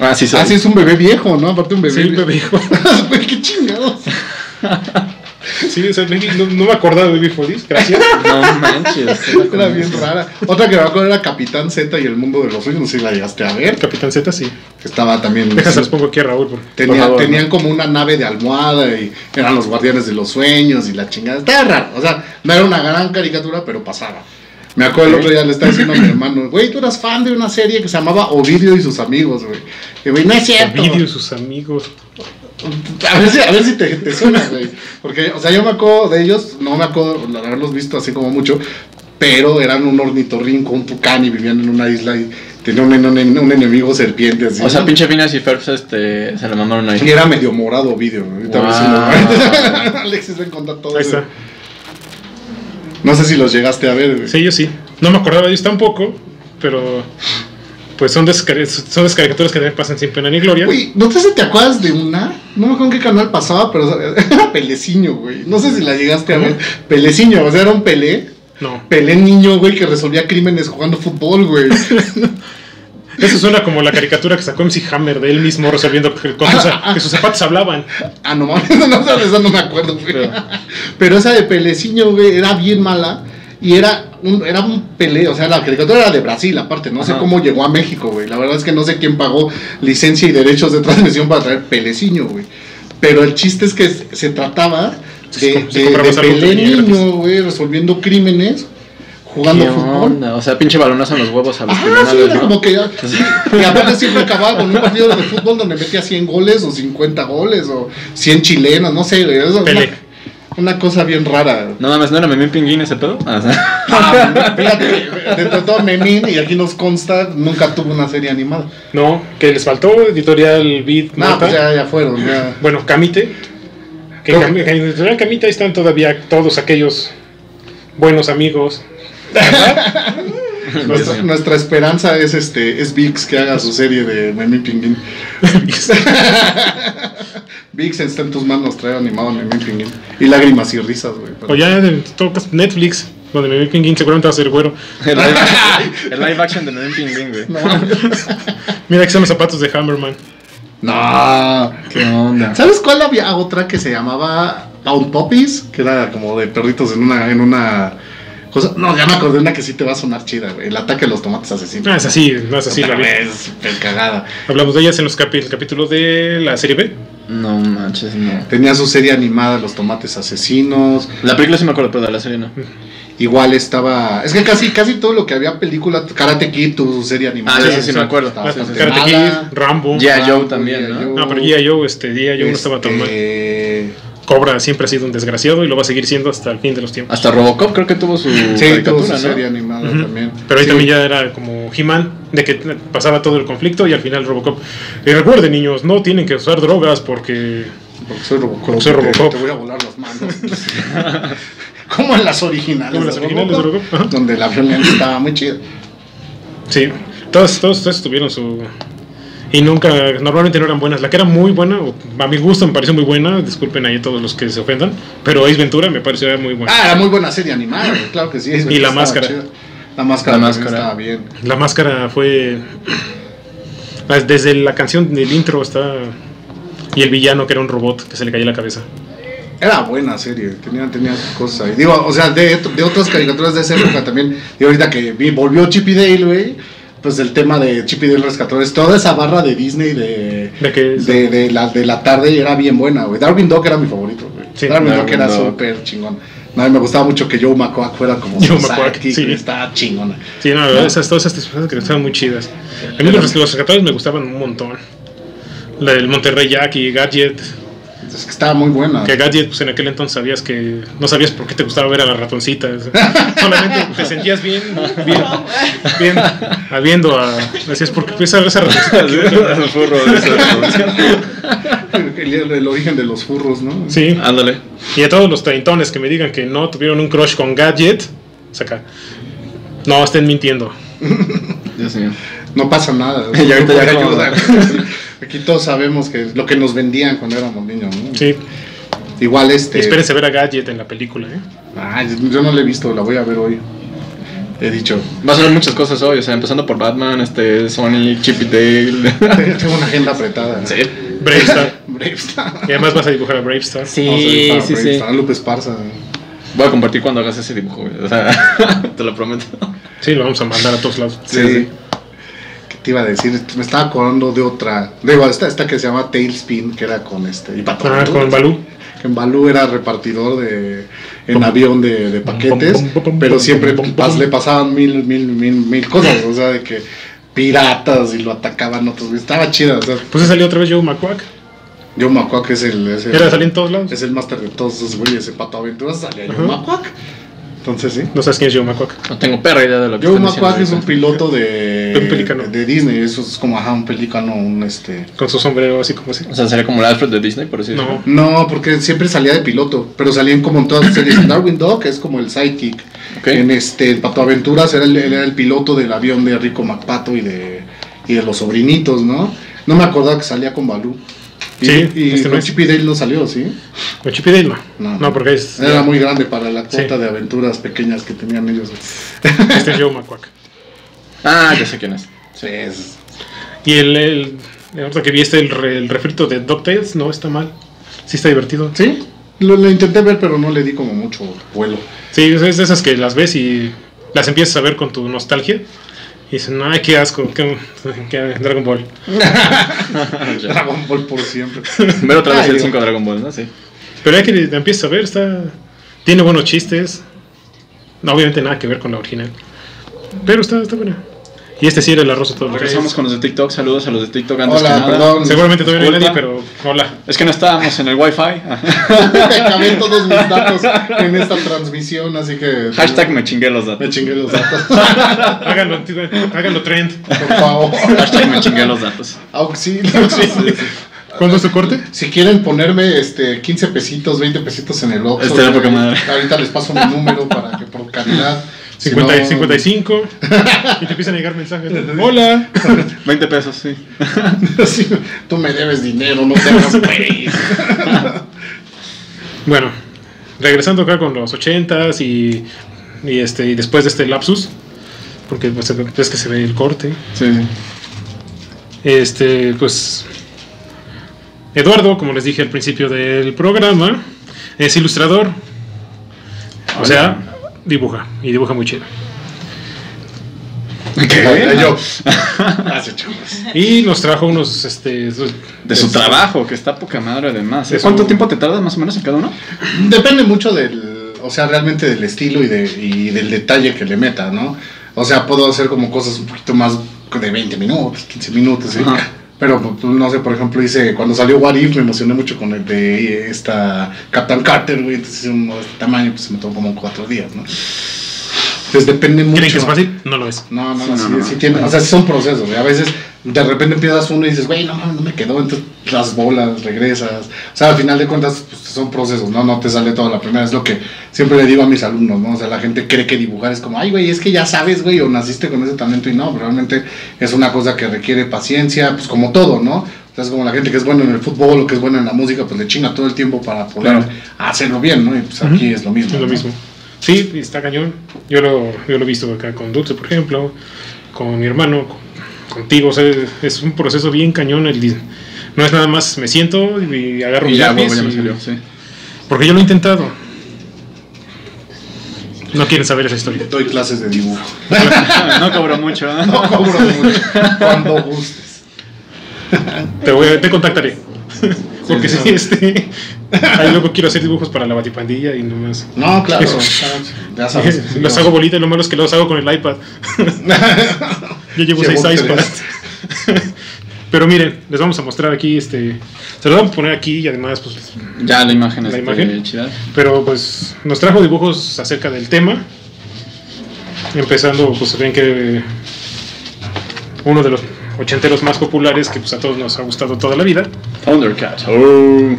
Ah, sí, sí.
Ah, sí, es un bebé viejo, ¿no? Aparte un bebé
Sí, un
viejo.
bebé.
Güey, qué chingados.
Sí, o sea, baby, no, no me acordaba de Baby Feliz, gracias.
No manches.
Era bien rara. Otra que me acuerdo era Capitán Z y el mundo de los sueños. No sé si la llegaste a ver.
Capitán Z, sí.
Estaba también.
Deja, se los pongo aquí a Raúl. porque-
Tenía-
Por favor,
tenían como una nave de almohada y eran los guardianes de los sueños y la chingada. Estaba raro. O sea, no era una gran caricatura, pero pasaba. Me acuerdo el otro día le estaba diciendo a mi hermano, güey, tú eras fan de una serie que se llamaba Ovidio y sus amigos, güey. Y güey, no es cierto.
Ovidio y sus amigos.
A ver si, a ver si te, te suena, güey. Porque, o sea, yo me acuerdo de ellos, no me acuerdo de haberlos visto así como mucho, pero eran un ornitorrinco, un tucán y vivían en una isla y tenían un, un- un enemigo serpiente así.
O sea, pinche Phineas y Ferbs este, se la mamaron
Y
ahí.
era medio morado vídeo. Ahorita
Wow.
ves uno. Alexis le contó todo.
Ahí está.
güey. No sé si los llegaste a ver, güey.
Sí, yo sí. No me acordaba de ellos tampoco, pero pues son de esas cari- son de esas caricaturas que también pasan sin pena ni gloria.
Güey, no sé si te acuerdas de una. No me acuerdo en qué canal pasaba, pero o sea, era Peleciño, güey. No sé si la llegaste a ver. Peleciño, o sea, era un Pelé.
No.
Pelé niño, güey, que resolvía crímenes jugando fútbol, güey.
Eso suena como la caricatura que sacó MC Hammer de él mismo resolviendo que- con sus- que sus zapatos hablaban.
Ah, no mames, no, de esa no me acuerdo, güey.
Pero-
Pero esa de Peleciño, güey, era bien mala. Y era un, era un Pelé, o sea, la caricatura era de Brasil, aparte. No sé
Ajá.
cómo llegó a México, güey. La verdad es que no sé quién pagó licencia y derechos de transmisión para traer Peleciño, güey. Pero el chiste es que se se trataba
Se
de,
com- se
de-
compraba
de
esa
Pelé
lotería gratis.
niño, güey, resolviendo crímenes, jugando
¿Qué
fútbol.
onda? O sea, pinche balonazo en los huevos a los
Ajá, Ah, sí,
criminales,
era
¿no?
como que ya. sí, y aparte siempre acababa con un partido de fútbol donde metía 100 goles o 50 goles o 100 chilenas, no sé, güey. eso es una-
Pelé.
Una cosa bien rara.
No mames, ¿no era Memín Pinguín ese pedo? Ah, o sea,
Ah, fíjate, dentro de todo Memín, y aquí nos consta, nunca tuvo una serie animada.
No, que les faltó editorial Beat
No,
Mata.
pues ya, ya fueron, ya.
Bueno, Camite. Que
No.
Cam- que en editorial Camite ahí están todavía todos aquellos buenos amigos.
Nuestra, nuestra esperanza es este es Vix que haga su serie de Memín Pinguín. Vix está en tus manos, trae animado Memín Pinguín. Y lágrimas y risas, güey.
O ya en- tocas Netflix, donde me vi Pinguín seguramente va a ser güero.
el live, el live action de Memín Pinguín, güey.
No, mames.
Mira, aquí están los zapatos de Hammerman.
no.
¿Qué onda?
¿Sabes cuál había otra que se llamaba Pound Puppies? Que era como de perritos en una, en una cosa. No, ya me acordé de una que sí te va a sonar chida, güey. El ataque a los tomates asesinos.
Ah, es así, no es así la
Otra
vi.
vez, súper cagada.
Hablamos de ellas en los capi- el capítulo de la serie B.
No manches, no.
Tenía su serie animada, Los Tomates Asesinos.
La película sí me acuerdo, pero de la serie no.
Igual estaba. Es que casi, casi todo lo que había película, Karate Kid, tu serie animada.
Ah, sí, sí, sí, me acuerdo.
Estaba
Ah, sí, sí,
bastante
Karate
mala.
Kid, Rambo.
Ya. G.I. Joe
Rambo,
también,
G.I.
¿no?
Joe.
No, pero G.I. Joe, este día yo no estaba tan mal.
Este,
Cobra siempre ha sido un desgraciado y lo va a seguir siendo hasta el fin de los tiempos.
Hasta Robocop creo que tuvo su
Sí, tuvo su
caricatura,
serie
¿no?
animada
Ujú.
también.
Pero ahí
Sí.
también ya era como He-Man, de que pasaba todo el conflicto y al final Robocop. Y recuerden, niños, no tienen que usar drogas porque.
Porque soy Robocop.
Porque soy
te-
Robocop.
Te, voy a volar las manos. Como en las originales.
Como en las
de
originales de Robocop, ajá.
Donde la violencia estaba muy chida.
Sí, todos, todos, todos tuvieron su. Y nunca, normalmente no eran buenas. La que era muy buena, o a mi gusto me pareció muy buena, disculpen ahí a todos los que se ofendan, pero Ace Ventura me pareció muy buena.
Ah, era muy buena serie animada, güey, claro que sí. es verdad,
la
estaba
máscara.
chida. La máscara.
La
La máscara.
máscara.
Estaba bien.
La máscara fue. ah, Desde la canción del intro está. Y el villano que era un robot que se le caía la cabeza.
Era buena serie, tenía, tenía sus cosas. Y digo, o sea, de, de otras caricaturas de esa época también. Y ahorita que vi- volvió Chip y Dale, güey. Pues el tema de Chip y Dale Rescatores. Toda esa barra de Disney de,
De que
de, de la, de la tarde era bien buena, güey. Darwin Dog era mi favorito, güey.
Sí,
Darwin,
Darwin
Duck era
Duck.
súper chingón. No, y me gustaba mucho que Joe McCoack fuera como
Joe
su
McCoack,
sidekick,
sí.
güey, Estaba chingona.
Sí, no, la verdad, esas, todas estas personas que estaban muy chidas. A mí los, los rescatados me gustaban un montón. La del Monterrey Jack y Gadget.
Es que estaba muy buena.
Que Gadget, pues en aquel entonces sabías que. No sabías por qué te gustaba ver a las ratoncitas. Solamente pues, te sentías bien. Bien. Bien. Habiendo a. Decías, ¿por qué empieza a ver esa ratoncita?
El furro de esa
El, el origen de los furros, ¿no?
Sí.
Ándale.
Y a todos los treintones que me digan que no tuvieron un crush con Gadget. Saca. No, estén mintiendo.
Dios mío.
No pasa nada.
Y ahorita ya
Hay
como-
ayuda. Aquí todos sabemos que es lo que nos vendían cuando éramos niños, ¿no?
Sí.
Igual
Y
este.
espérense ver a Gadget en la película, ¿eh?
Ay, yo no la he visto, la voy a ver hoy. He dicho.
Vas a ver muchas cosas hoy, o sea, empezando por Batman, este, Sonic, Chip y Dale.
Tengo una agenda apretada.
Sí.
Bravestar.
Bravestar.
Y además vas a dibujar a Bravestar.
Vamos a ver para Bravestar, Lupe Esparza.
Voy a compartir cuando hagas ese dibujo, güey. O sea, te lo prometo.
Sí, lo vamos a mandar a todos lados.
Sí. ¿Qué te iba a decir? Me estaba acordando de otra. Digo, esta, esta que se llama Tailspin, que era con este. El pato
Ah,
Balú.
con Balú.
Que en Balú era repartidor de, en avión de, de paquetes,
Pum, pum, pum,
pero
pum,
siempre
pum, pum,
pas-
pum.
le pasaban mil, mil, mil, mil cosas. O sea, de que piratas y lo atacaban otros. Estaba chida. O sea,
Pues se salió otra vez Joe McQuack.
yo me acuerdo que es el. Es el-
Era salir en todos lados.
Es el máster de todos esos güeyes, ese pato aventuras salía Joe
Ajá.
Macuac. Entonces sí.
No sabes quién es Joe McQuack.
No tengo perra idea de lo que
Joe
están diciendo
Macuac es un
ahorita.
piloto de,
De un pelícano.
de Disney, eso es como ajá, un pelícano, un este.
Con su sombrero así como así.
O sea, sería como el Alfred de Disney, por así
No.
No, porque siempre salía de piloto, pero salían como en todas las series. En Darwin Dog es como el sidekick.
Ok.
En este en Pato Aventuras era el, él era el piloto del avión de Rico MacPato y de y de los sobrinitos, ¿no? No me acordaba que salía con Balú. Y,
Sí,
y
este
con
mes.
Chip y Dale no salió, ¿sí?
Con Chip y Dale no.
No.
No, porque es,
Era muy grande para la
Sí.
cuota de aventuras pequeñas que tenían ellos.
este es Joe McQuack.
Ah, ya sé quién es.
Sí, es-
Y el, el, el otro que vi este, el, re- el refrito de DuckTales, no está mal. Sí está divertido.
¿Sí? Lo, lo intenté ver, pero no le di como mucho vuelo.
Sí, es de esas que las ves y las empiezas a ver con tu nostalgia. Y dicen, ay, qué asco, qué, qué Dragon Ball.
Ya.
Dragon Ball por siempre.
Ver otra vez
Ay,
el
Dios.
5 Dragon Ball, ¿no? Sí.
Pero ya que la empiezas a ver, está. Tiene buenos chistes. No, obviamente nada que ver con la original. Pero está, está buena. Y este sí era el arroz de todos los
Regresamos
reyes.
con los de TikTok. Saludos a los de TikTok antes que
Hola,
nada.
perdón.
Seguramente todavía no hay nadie,
Disculpa.
pero hola.
Es que no estábamos en el Wi-Fi.
Acabé todos mis datos en esta transmisión, así que.
Hashtag me chingué los datos.
Me chingué los datos,
Háganlo, tío, háganlo trend.
por favor.
Hashtag me chingué los datos.
Auxilio.
¿Cuándo es su corte?
Si quieren ponerme este 15 pesitos, 20 pesitos en el Oxxo.
Estaría
güey,
poca madre.
Ahorita les paso mi número para que por calidad. si
50,
no-
55. Y te empiezan a llegar mensajes. Hola.
20 pesos, sí.
Sí, tú me debes dinero, no te hagas güey.
Bueno, regresando acá con los 80s y, y, este, y después de este lapsus, porque pues, es que se ve el corte.
Sí, sí.
Este, pues. Eduardo, como les dije al principio del programa, es ilustrador. O sea, dibuja. Y dibuja muy chido.
Ay,
Yo.
yo.
Y nos trajo unos. Este, sus-
De su trabajo, que está poca madre además. ¿eh?
De su-
¿Cuánto tiempo te tardas más o menos en cada uno?
Depende mucho del, o sea, realmente del estilo y, de, y del detalle que le meta, ¿no? O sea, puedo hacer como cosas un poquito más de 20 minutos, 15 minutos, ¿sí?
Ajá.
Pero pues, no sé, por ejemplo, hice, cuando salió What If me emocioné mucho con el de esta Captain Carter, güey, entonces hice uno de este tamaño, pues me tomó como cuatro días, ¿no? Entonces depende mucho.
¿Creen que es fácil? No lo es.
No, no,
Sí,
no,
no,
sí,
no.
sí tiene, o sea, sí son procesos, güey. A veces de repente empiezas uno y dices, güey, no, mames, no me quedó, entonces las bolas, regresas. O sea, al final de cuentas pues, son procesos, ¿no? No te sale todo a la primera, es lo que siempre le digo a mis alumnos, ¿no? O sea, la gente cree que dibujar es como, ay, güey, es que ya sabes, güey, o naciste con ese talento y no, pero realmente es una cosa que requiere paciencia, pues como todo, ¿no? O sea, es como la gente que es buena en el fútbol o que es buena en la música, pues le chinga todo el tiempo para poder
Claro.
hacerlo bien, ¿no? Y pues aquí es lo mismo.
Es lo
¿no?
mismo. Sí, está cañón. Yo lo, yo lo he visto acá con Dulce, por ejemplo, con mi hermano, con- contigo. O sea, es un proceso bien cañón. El, di- no es nada más me siento y agarro
Y
un
ya,
lápiz
huevo, ya me
y-
salió. Sí.
Porque yo lo he intentado. No quieren saber esa historia.
Doy clases de dibujo.
no cobró mucho. ¿eh?
No cobro mucho. Cuando gustes.
Te, voy a- te contactaré. Porque
sí,
sí, este. Ahí luego quiero hacer dibujos para la batipandilla y nomás.
No, claro.
Eso.
Ya sabes.
los hago bolita, lo malo es que los hago con el iPad. Yo llevo seis
Llevo tres.
iPads. Pero miren, les vamos a mostrar aquí, este, se lo vamos a poner aquí y además, pues,
Ya la imagen
¿La
es
imagen?
chida.
pero pues nos trajo dibujos acerca del tema. Empezando, pues ven que uno de los ochenteros más populares que pues a todos nos ha gustado toda la vida,
Thundercat. Oh.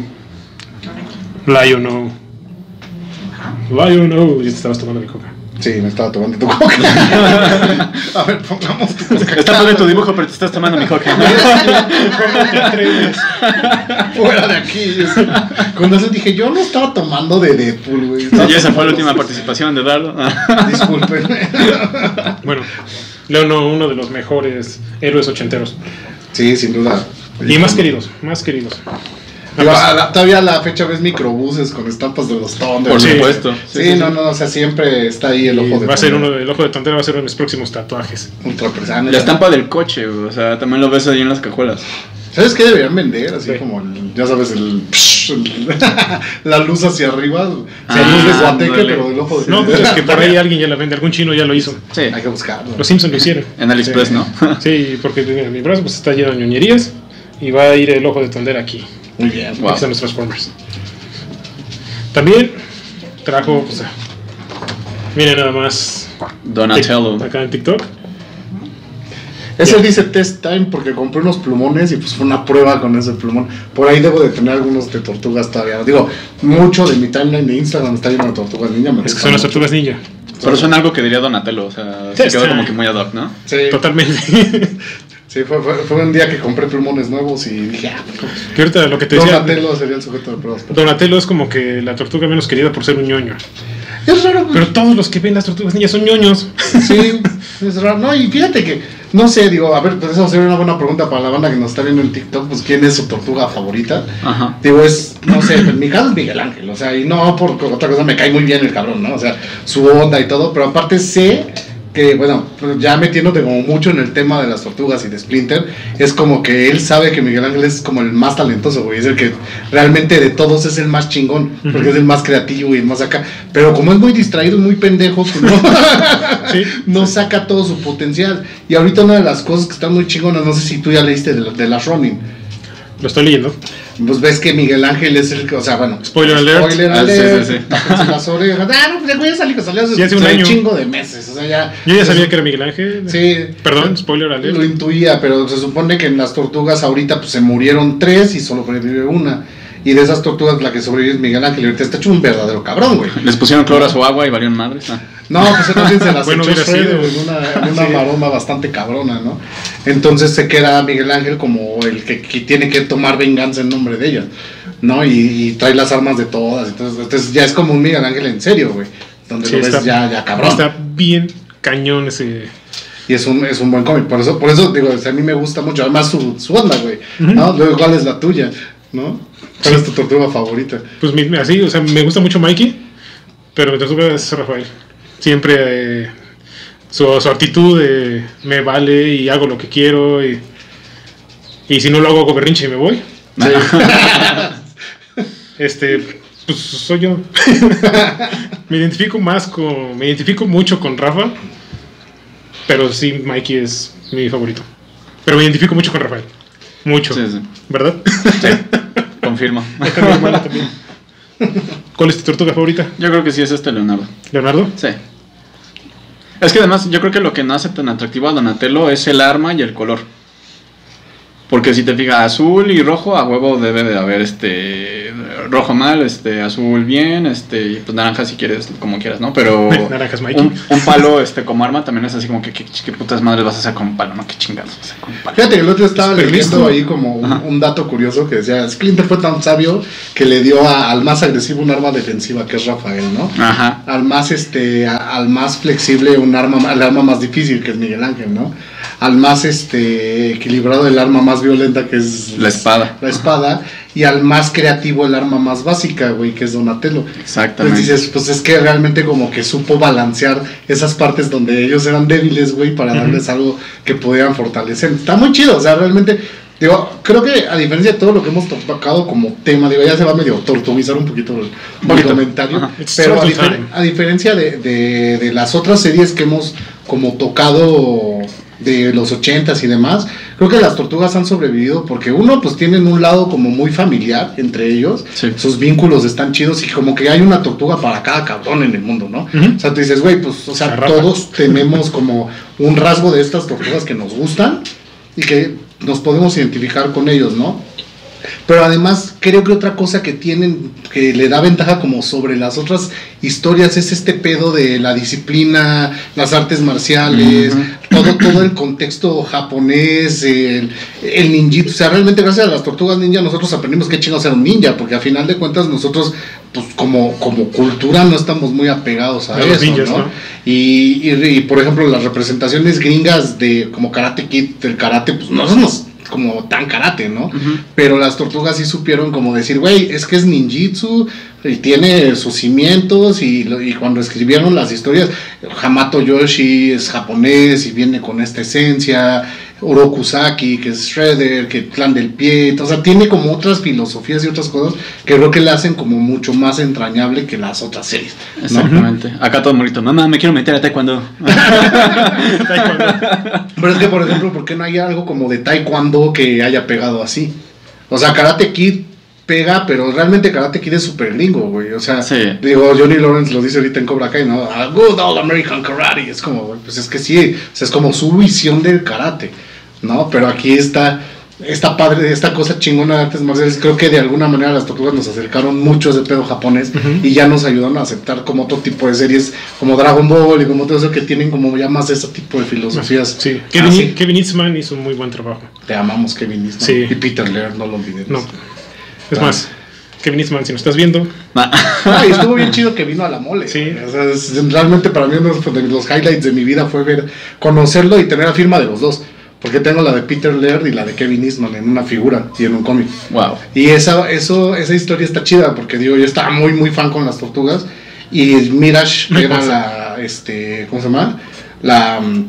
Lion O. Lion O, ya te estabas este tomando mi coca.
Sí, me estaba tomando tu coca. A ver, pongamos tu coca.
Está padre tu dibujo, pero te estás tomando mi coca.
Fuera de aquí. es- Cuando eso dije, yo no estaba tomando de Deadpool, güey. Estaba
Y esa fue la
tomando-
última participación de Dardo.
Disculpen.
Bueno, Lion O, uno de los mejores héroes ochenteros.
Sí, sin duda.
Y más queridos, más queridos.
Digo, a la- todavía a la fecha ves microbuses con estampas de los Thunder.
Por
güey.
Sí.
supuesto.
Sí, no, no, o sea, siempre está ahí el ojo de.
va a ser
Thunder.
uno de- el ojo de tontera va a ser uno de mis próximos tatuajes.
Ultra presano.
La estampa del coche, güey, o sea, también lo ves ahí en las cajuelas.
¿Sabes qué deberían vender? Así
Sí.
como, el- ya sabes, el, el- la luz hacia arriba. O sea,
Ah,
luz de guateque,
ándale.
pero del ojo de...
No, pues es que por ahí Pues alguien ya la vende, algún chino ya lo hizo.
Sí.
Hay que buscarlo.
Los Simpsons lo hicieron.
En AliExpress,
Sí.
¿no?
Sí, porque mira, mi brazo pues está lleno de ñoñerías y va a ir el ojo de tontera aquí.
Muy bien.
Guau. Wow.
Aquí están los Transformers. También trajo, pues, a- miren nada más.
Donatello.
Acá en TikTok.
Ese dice test time porque compré unos plumones y pues fue una prueba con ese plumón. Por ahí debo de tener algunos de tortugas todavía. Digo, mucho de mi timeline de Instagram está lleno de tortugas ninja. me
Es que
gustan
son las
mucho.
tortugas ninja.
Pero suena algo que diría Donatello, o sea, se
Sí,
quedó
está.
como que muy ad hoc, ¿no?
Sí,
Totalmente.
sí fue, fue, fue un día que compré plumones nuevos y dije, ah,
que ahorita lo que te decía.
Donatello sería el sujeto de pruebas.
Donatello es como que la tortuga menos querida por ser un ñoño.
Es raro, güey.
Pero todos los que ven las tortugas ninja son ñoños.
Sí, es raro. No, y fíjate que, no sé, digo, a ver, pues eso sería una buena pregunta para la banda que nos está viendo en TikTok, pues quién es su tortuga favorita.
Ajá.
Digo, es, no sé, en mi caso es Miguel Ángel, o sea, y no por otra cosa, me cae muy bien el cabrón, ¿no? O sea, su onda y todo, pero aparte sé que, bueno, pues, ya metiéndote como mucho en el tema de las tortugas y de Splinter, es como que él sabe que Miguel Ángel es como el más talentoso, güey, es el que realmente de todos es el más chingón, porque es el más creativo y el más acá, pero como es muy distraído, y muy pendejo, pues, no,
Sí.
no saca todo su potencial. Y ahorita una de las cosas que están muy chingonas, no sé si tú ya leíste de, la- de las Ronin,
Lo estoy leyendo.
pues ves que Miguel Ángel es el que, o sea, bueno,
Spoiler alert.
spoiler
Ah, sí, sí,
alert,
sí.
tápense las orejas, ah, no, pues el güey ya salió que salió hace,
Sí, hace un
o sea,
año.
chingo de meses, o sea, ya.
Yo ya sabía que era Miguel Ángel.
Sí.
Perdón, spoiler
Lo
alert.
intuía, pero se supone que en las tortugas ahorita pues, se murieron tres y solo sobrevive una. Y de esas tortugas la que sobrevive es Miguel Ángel y ahorita está hecho un verdadero cabrón, güey.
Les pusieron cloro a su agua y valieron madres. Ah.
No, pues entonces se las
Bueno,
echó
hubiera
Frodo
sido.
en una, en una maroma bastante cabrona, ¿no? Entonces se queda Miguel Ángel como el que, que tiene que tomar venganza en nombre de ellas, ¿no? Y, y trae las armas de todas. Entonces, entonces ya es como un Miguel Ángel en serio, güey. Donde
Sí,
lo ves
está-
ya, ya cabrón.
Está bien cañón ese.
Y es un, es un buen cómic. Por eso, por eso digo, o sea, a mí me gusta mucho. Además, su, su onda, güey. ¿no? Luego, ¿cuál es la tuya? ¿No? ¿Cuál es tu tortuga favorita?
Pues mi- así, o sea, me gusta mucho Mikey, pero mi tortuga es Rafael. Siempre eh, su, su actitud de me vale y hago lo que quiero y, y si no lo hago, hago berrinche y me voy. Este, pues soy yo. me identifico más con, me identifico mucho con Rafa, pero sí, Mikey es mi favorito. Pero me identifico mucho con Rafael. Mucho.
Sí, sí.
¿Verdad?
Confirmo.
Está mi hermano también. ¿Cuál es tu tortuga favorita?
Yo creo que sí es este Leonardo.
¿Leonardo?
Sí. Es que además yo creo que lo que no hace tan atractivo a Donatello es el arma y el color. Porque si te fijas, azul y rojo, a huevo debe de haber este rojo mal, este azul bien, este y pues naranja si quieres, como quieras, ¿no?
Oh,
Pero
Naranjas, Mikey.
un, un palo este como arma también es así como que qué, qué putas madres vas a hacer con un palo, no qué chingados vas a hacer con un palo.
Fíjate que el otro día estaba
Súper
leyendo
listo.
ahí como un,
Ajá.
un dato curioso que decía: Splinter fue tan sabio que le dio a- al más agresivo un arma defensiva, que es Rafael, ¿no?
Ajá.
Al más, este, a- al más flexible, un arma, el arma más difícil, que es Miguel Ángel, ¿no? Al más este, equilibrado, el arma más violenta, que es
La espada.
la espada, y al más creativo, el arma más básica, güey, que es Donatello. Entonces
Exactamente.
dices, pues es que realmente como que supo balancear esas partes donde ellos eran débiles, güey, para darles algo que pudieran fortalecer. Está muy chido, o sea, realmente, digo, creo que a diferencia de todo lo que hemos tocado como tema, digo, ya se va medio tortuguizar un poquito el, el
Poquito.
comentario,
Ajá.
It's
pero a,
turtle
difer-
time.
a diferencia de, de- de las otras series que hemos como tocado de los ochentas y demás, creo que las tortugas han sobrevivido porque uno, pues tienen un lado como muy familiar entre ellos,
Sí.
sus vínculos están chidos y como que hay una tortuga para cada cabrón en el mundo, ¿no?
Ujú.
O sea, tú dices, güey, pues, o sea,
La rata.
todos tenemos como un rasgo de estas tortugas que nos gustan y que nos podemos identificar con ellos, ¿no? Pero además creo que otra cosa que tienen, que le da ventaja como sobre las otras historias, es este pedo de la disciplina, las artes marciales,
Ujú.
todo, todo el contexto japonés, el, el ninjitsu. O sea, realmente gracias a las tortugas ninja nosotros aprendimos qué chingados era un ninja, porque a final de cuentas nosotros, pues como, como cultura, no estamos muy apegados a,
A
eso,
los ninjas,
¿no?
¿no?
Y, y- y, por ejemplo, las representaciones gringas de como Karate Kid, del karate, pues no somos como tan karate, ¿no?
Ujú.
Pero las tortugas sí supieron como decir, güey, es que es ninjitsu y tiene sus cimientos y, lo- y cuando escribieron las historias, Hamato Yoshi es japonés y viene con esta esencia, Orokusaki, que es Shredder, que Clan del Pie, o sea, tiene como otras filosofías y otras cosas que creo que la hacen como mucho más entrañable que las otras series. ¿no?
Exactamente. Acá todo morrito, mamá, me quiero meter a taekwondo.
Pero es que, por ejemplo, ¿por qué no hay algo como de Taekwondo que haya pegado así? O sea, Karate Kid pega, pero realmente Karate Kid es súper gringo, güey. O sea,
Sí.
digo, Johnny Lawrence lo dice ahorita en Cobra Kai, ¿no? A good old American Karate. Es como, güey, pues es que sí, o sea, es como su visión del karate, ¿no? Pero aquí está esta padre, esta cosa chingona de artes marciales, creo que de alguna manera las tortugas nos acercaron mucho a ese pedo japonés y ya nos ayudaron a aceptar como otro tipo de series, como Dragon Ball y como todo eso que tienen como ya más ese tipo de filosofías.
Sí.
Ah,
Kevin,
sí.
Kevin Eastman hizo un muy buen trabajo.
Te amamos, Kevin Eastman.
Sí.
Y Peter Laird, no lo olvides.
No. Es
Ah.
más, Kevin Eastman, si nos estás viendo,
Ma-
Ah, y estuvo bien chido que vino a la mole.
Sí.
O sea, es- realmente para mí uno de los highlights de mi vida fue ver, conocerlo y tener la firma de los dos. Porque tengo la de Peter Laird y la de Kevin Eastman en una figura y en un cómic.
wow.
Y esa, eso, esa historia está chida porque digo, yo estaba muy, muy fan con las tortugas. Y Mirage, que era la, este, ¿cómo se llama? La, mm,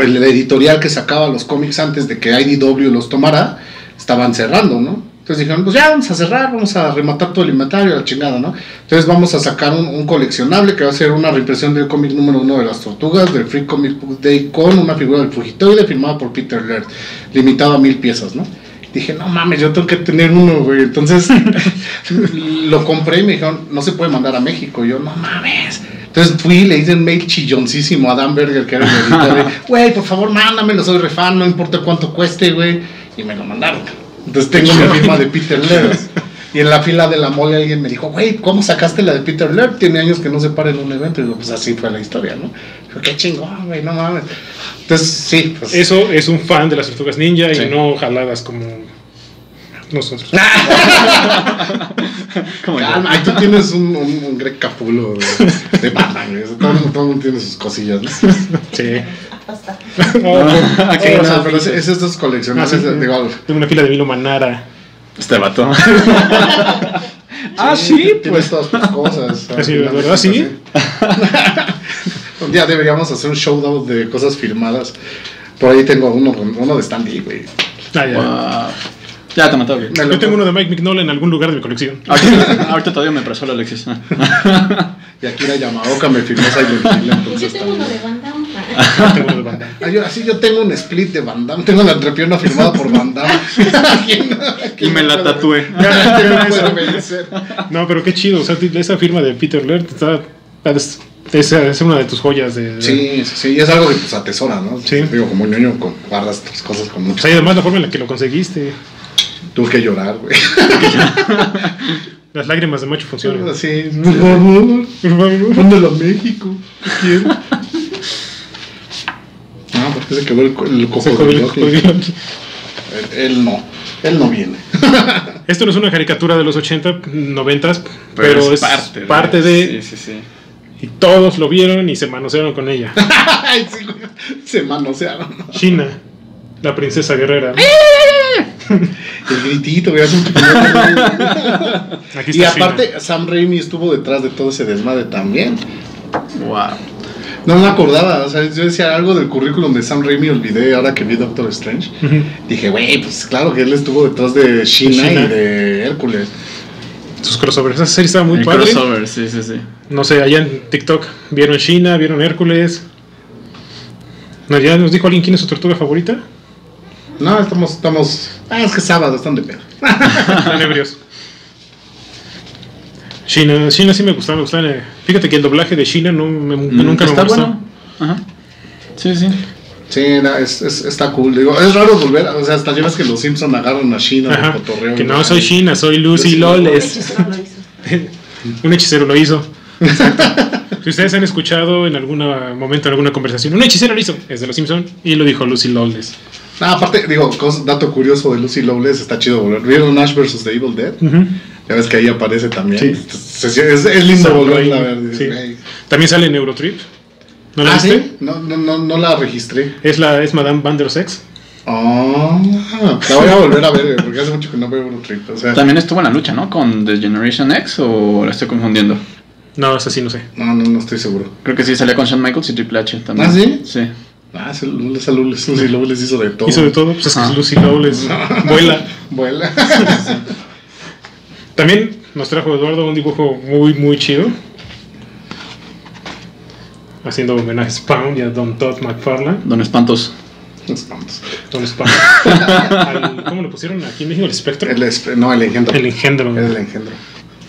el editorial que sacaba los cómics antes de que IDW los tomara, estaban cerrando, ¿no? Entonces dijeron, pues ya vamos a cerrar, vamos a rematar todo el inventario, la chingada, ¿no? Entonces vamos a sacar un, un coleccionable que va a ser una reimpresión del cómic número uno de las tortugas, del Free Comic Book Day, con una figura del Fugitoide firmada por Peter Laird, limitado a mil piezas, ¿no? Dije, no mames, yo tengo que tener uno, güey. Entonces lo compré y me dijeron, no se puede mandar a México. Y yo, no mames. Entonces fui y le hice un mail chilloncísimo a Dan Berger, que era el editor, de, güey, por favor, mándamelo, soy refan, no importa cuánto cueste, güey. Y me lo mandaron. Entonces tengo mi firma de Peter Laird. Y en la fila de la mole alguien me dijo, güey, ¿cómo sacaste la de Peter Laird? Tiene años que no se para en un evento. Y digo, pues así fue la historia, ¿no? Digo, qué chingón, güey, no mames. Entonces, sí, pues.
Eso es un fan de las tortugas ninja
Sí.
y no jaladas como nosotros.
Como yo.
Calma, Ah, ahí tú tienes un, un, un Greg Capulo de, de Batman, güey. Todo el mundo- todo el mundo tiene sus cosillas, ¿no?
Sí.
Hasta.
Ah,
Sí,
qué
o sea,
no.
pero es, es estos coleccionables
Ah, sí.
de, de golf.
Tengo una fila de Milo Manara.
Este vato. ah, sí,
Tienes
pues.
todas tus cosas.
Así,
¿sabes?
¿verdad?
Así.
Sí.
un día deberíamos hacer un showdown de cosas firmadas. Por ahí tengo uno, uno de Stanley, güey.
Ah, ya.
Wow. Ya te mató, güey.
Me lo-
Yo tengo uno de Mike McNoll en algún lugar de mi colección.
Ahorita, ahorita todavía me pasó la Alexis.
Y Akira Yamaoka me firmó Silent Hill,
Pues yo
entonces
tengo uno de
también.
Van Damme.
Tengo uno de Van Damme.
Ah, yo, así yo tengo un split de Van Damme. Tengo la entrepierna firmada por Van Damme. ¿Quién-
y
quién
me la
puede-
tatué.
¿Quién puede vencer?
No, pero qué chido. O sea, ti- esa firma de Peter Laird está, es, es- es una de tus joyas. De,
Sí, sí, sí, y es algo que pues atesora, ¿no?
Sí.
Digo, como ñoño, con- guardas tus cosas con
Pues
mucho.
ahí además la forma en la que lo conseguiste.
Tuve que llorar, güey.
Las lágrimas de macho funcionan.
Sí, por favor,
Por favor.
mándalo a México. Quiero. No, Ah, porque se quedó el, co- el
Se jodió el
cocodrilo.
cocodrilo.
Él, él no, él no viene.
Esto no es una caricatura de los 80, 90, pero, es parte,
de-
de...
Sí, sí, sí.
Y todos lo vieron y se manosearon con ella.
Ay, sí, güey, se manosearon.
China, la princesa guerrera.
El gritito, güey, hace un chiquillo.
Aquí
Y
está
aparte,
China.
Sam Raimi estuvo detrás de todo ese desmadre también.
Wow.
No me acordaba, o sea, yo decía algo del currículum de Sam Raimi, olvidé ahora que vi Doctor Strange. Dije, güey, pues claro que él estuvo detrás de China
Sheena.
y de Hércules.
Sus crossovers. Esa serie estaba muy
el
padre.
crossover, sí, sí, sí.
No sé, allá en TikTok vieron China, vieron Hércules. No, ya nos dijo alguien quién es su tortuga favorita.
No, estamos, estamos. Ah, es que es sábado, están de pedo.
Están ebrios. China, China sí me gustaba, me gustaba. eh. Fíjate que el doblaje de China no me- nunca
Mm,
me
está
gustó.
bueno. Ajá. Sí, sí.
Sí, era- es, es- está cool. Digo, es raro volver, o sea, hasta llevas que los Simpson agarran a China de
Ajá.
cotorreo.
Que
y-
no soy China, soy Lucy
Lucy
Loles.
Eso no lo hizo.
Un hechicero lo hizo. si ustedes han escuchado en algún momento, en alguna conversación, un hechicero lo hizo, es de los Simpson y lo dijo Lucy Lawless.
No, Ah, aparte, digo, cos- dato curioso de Lucy Lawless, está chido volver. ¿Vieron Ash vs. The Evil Dead? Ya ves que ahí aparece también.
Sí.
Se- se- es, es lindo
Sam
volverla a ver.
Raimi,
dices,
sí.
güey.
También sale en Eurotrip. ¿No la
¿Ah,
viste?
sí? No, no, no, no la registré.
Es, la, es Madame Vandersex.
Ah, la voy a volver a ver, güey, porque hace mucho que no veo Eurotrip. O sea,
También estuvo en la lucha, ¿no? Con The Generation X o la estoy confundiendo.
No, es así, no sé.
no, no, no estoy seguro.
Creo que sí, salía con Shawn Michaels y Triple H también.
¿Ah, sí?
Sí.
Ah, ese Lul- esa Lul- esa Lucy Lawless hizo de todo.
Hizo de todo, pues es que
Ajá.
es Lucy Lawless. Vuela.
Vuela.
También nos trajo Eduardo un dibujo muy, muy chido. Haciendo homenaje a Spawn y a Don Todd McFarlane.
Don Espantos.
Espantos.
Don Spawn. Al- ¿Cómo lo pusieron aquí en México? El espectro.
El esp- no, el engendro.
El engendro.
Es el engendro.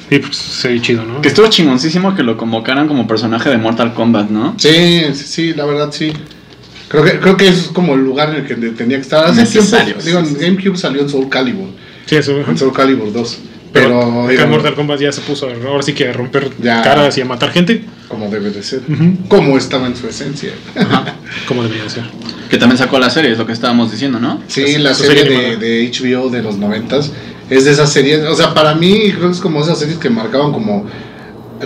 Sí, pues se ve chido, ¿no?
Que estuvo chingoncísimo que lo convocaran como personaje de Mortal Kombat, ¿no?
Sí, sí, sí, la verdad sí. Creo que, creo que es como el lugar en el que tenía que estar. Hace
Necesario,
tiempo, digo,
sí,
en
sí, sí.
GameCube salió en Soul Calibur.
Sí, eso.
En Soul Calibur 2.
Pero,
Pero,
acá
digo,
Mortal Kombat ya se puso ahora sí que a romper
Ya.
caras y a matar gente.
como debe de ser.
Ujú.
Como estaba en su esencia.
Como debería ser.
Que también sacó la serie, es lo que estábamos diciendo, ¿no?
Sí,
Es-
la
su
serie
serie
de,
animada.
de HBO de los noventas es de esas series, o sea, para mí creo que es como esas series que marcaban como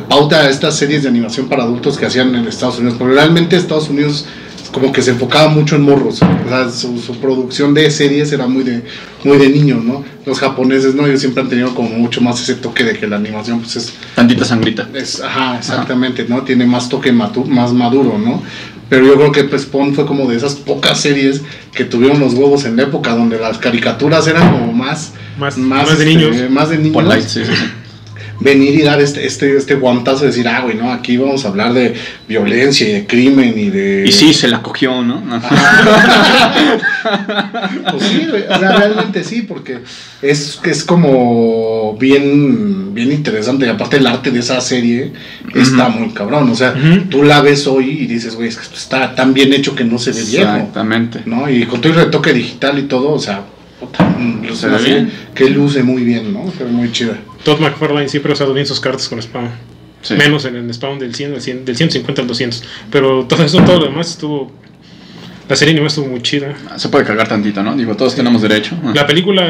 pauta a estas series de animación para adultos que hacían en Estados Unidos, porque realmente Estados Unidos como que se enfocaba mucho en morros. O sea, su, su producción de series era muy de, muy de niños, ¿no? Los japoneses, ¿no? Ellos siempre han tenido como mucho más ese toque de que la animación, pues es.
Tantita sangrita.
es- ajá, exactamente, ¿no? Tiene más toque matu- más maduro, ¿no? Pero yo creo que pues, Spawn fue como de esas pocas series que tuvieron los huevos en la época, donde las caricaturas eran como más.
Más- más de
este,
niños.
Más de niños
Polite, sí, sí, sí.
venir y dar este, este, este guantazo de decir, ah, güey, no, aquí vamos a hablar de violencia y de crimen y de...
Y sí, se la cogió, ¿no?
Ah,
Pues sí, güey, o sea, realmente sí, porque es, es como bien, bien interesante. Y aparte el arte de esa serie está
Ujú.
muy cabrón. O sea,
Ujú.
tú la ves hoy y dices, güey, es que esto está tan bien hecho que no se ve viejo.
Exactamente.
¿No? Y con todo el retoque digital y todo, o sea, puta, mm,
Se
es
ve
una serie
bien.
que luce muy bien, ¿no? Se ve muy chida.
Todd McFarlane siempre ha usado bien sus cartas con Spawn.
Sí.
Menos en el Spawn del, 100, al 100 del 150 al 200. Pero todo eso, todo lo demás estuvo. La serie animada estuvo muy chida.
Se puede cagar tantito, ¿no? Digo, todos tenemos derecho.
La película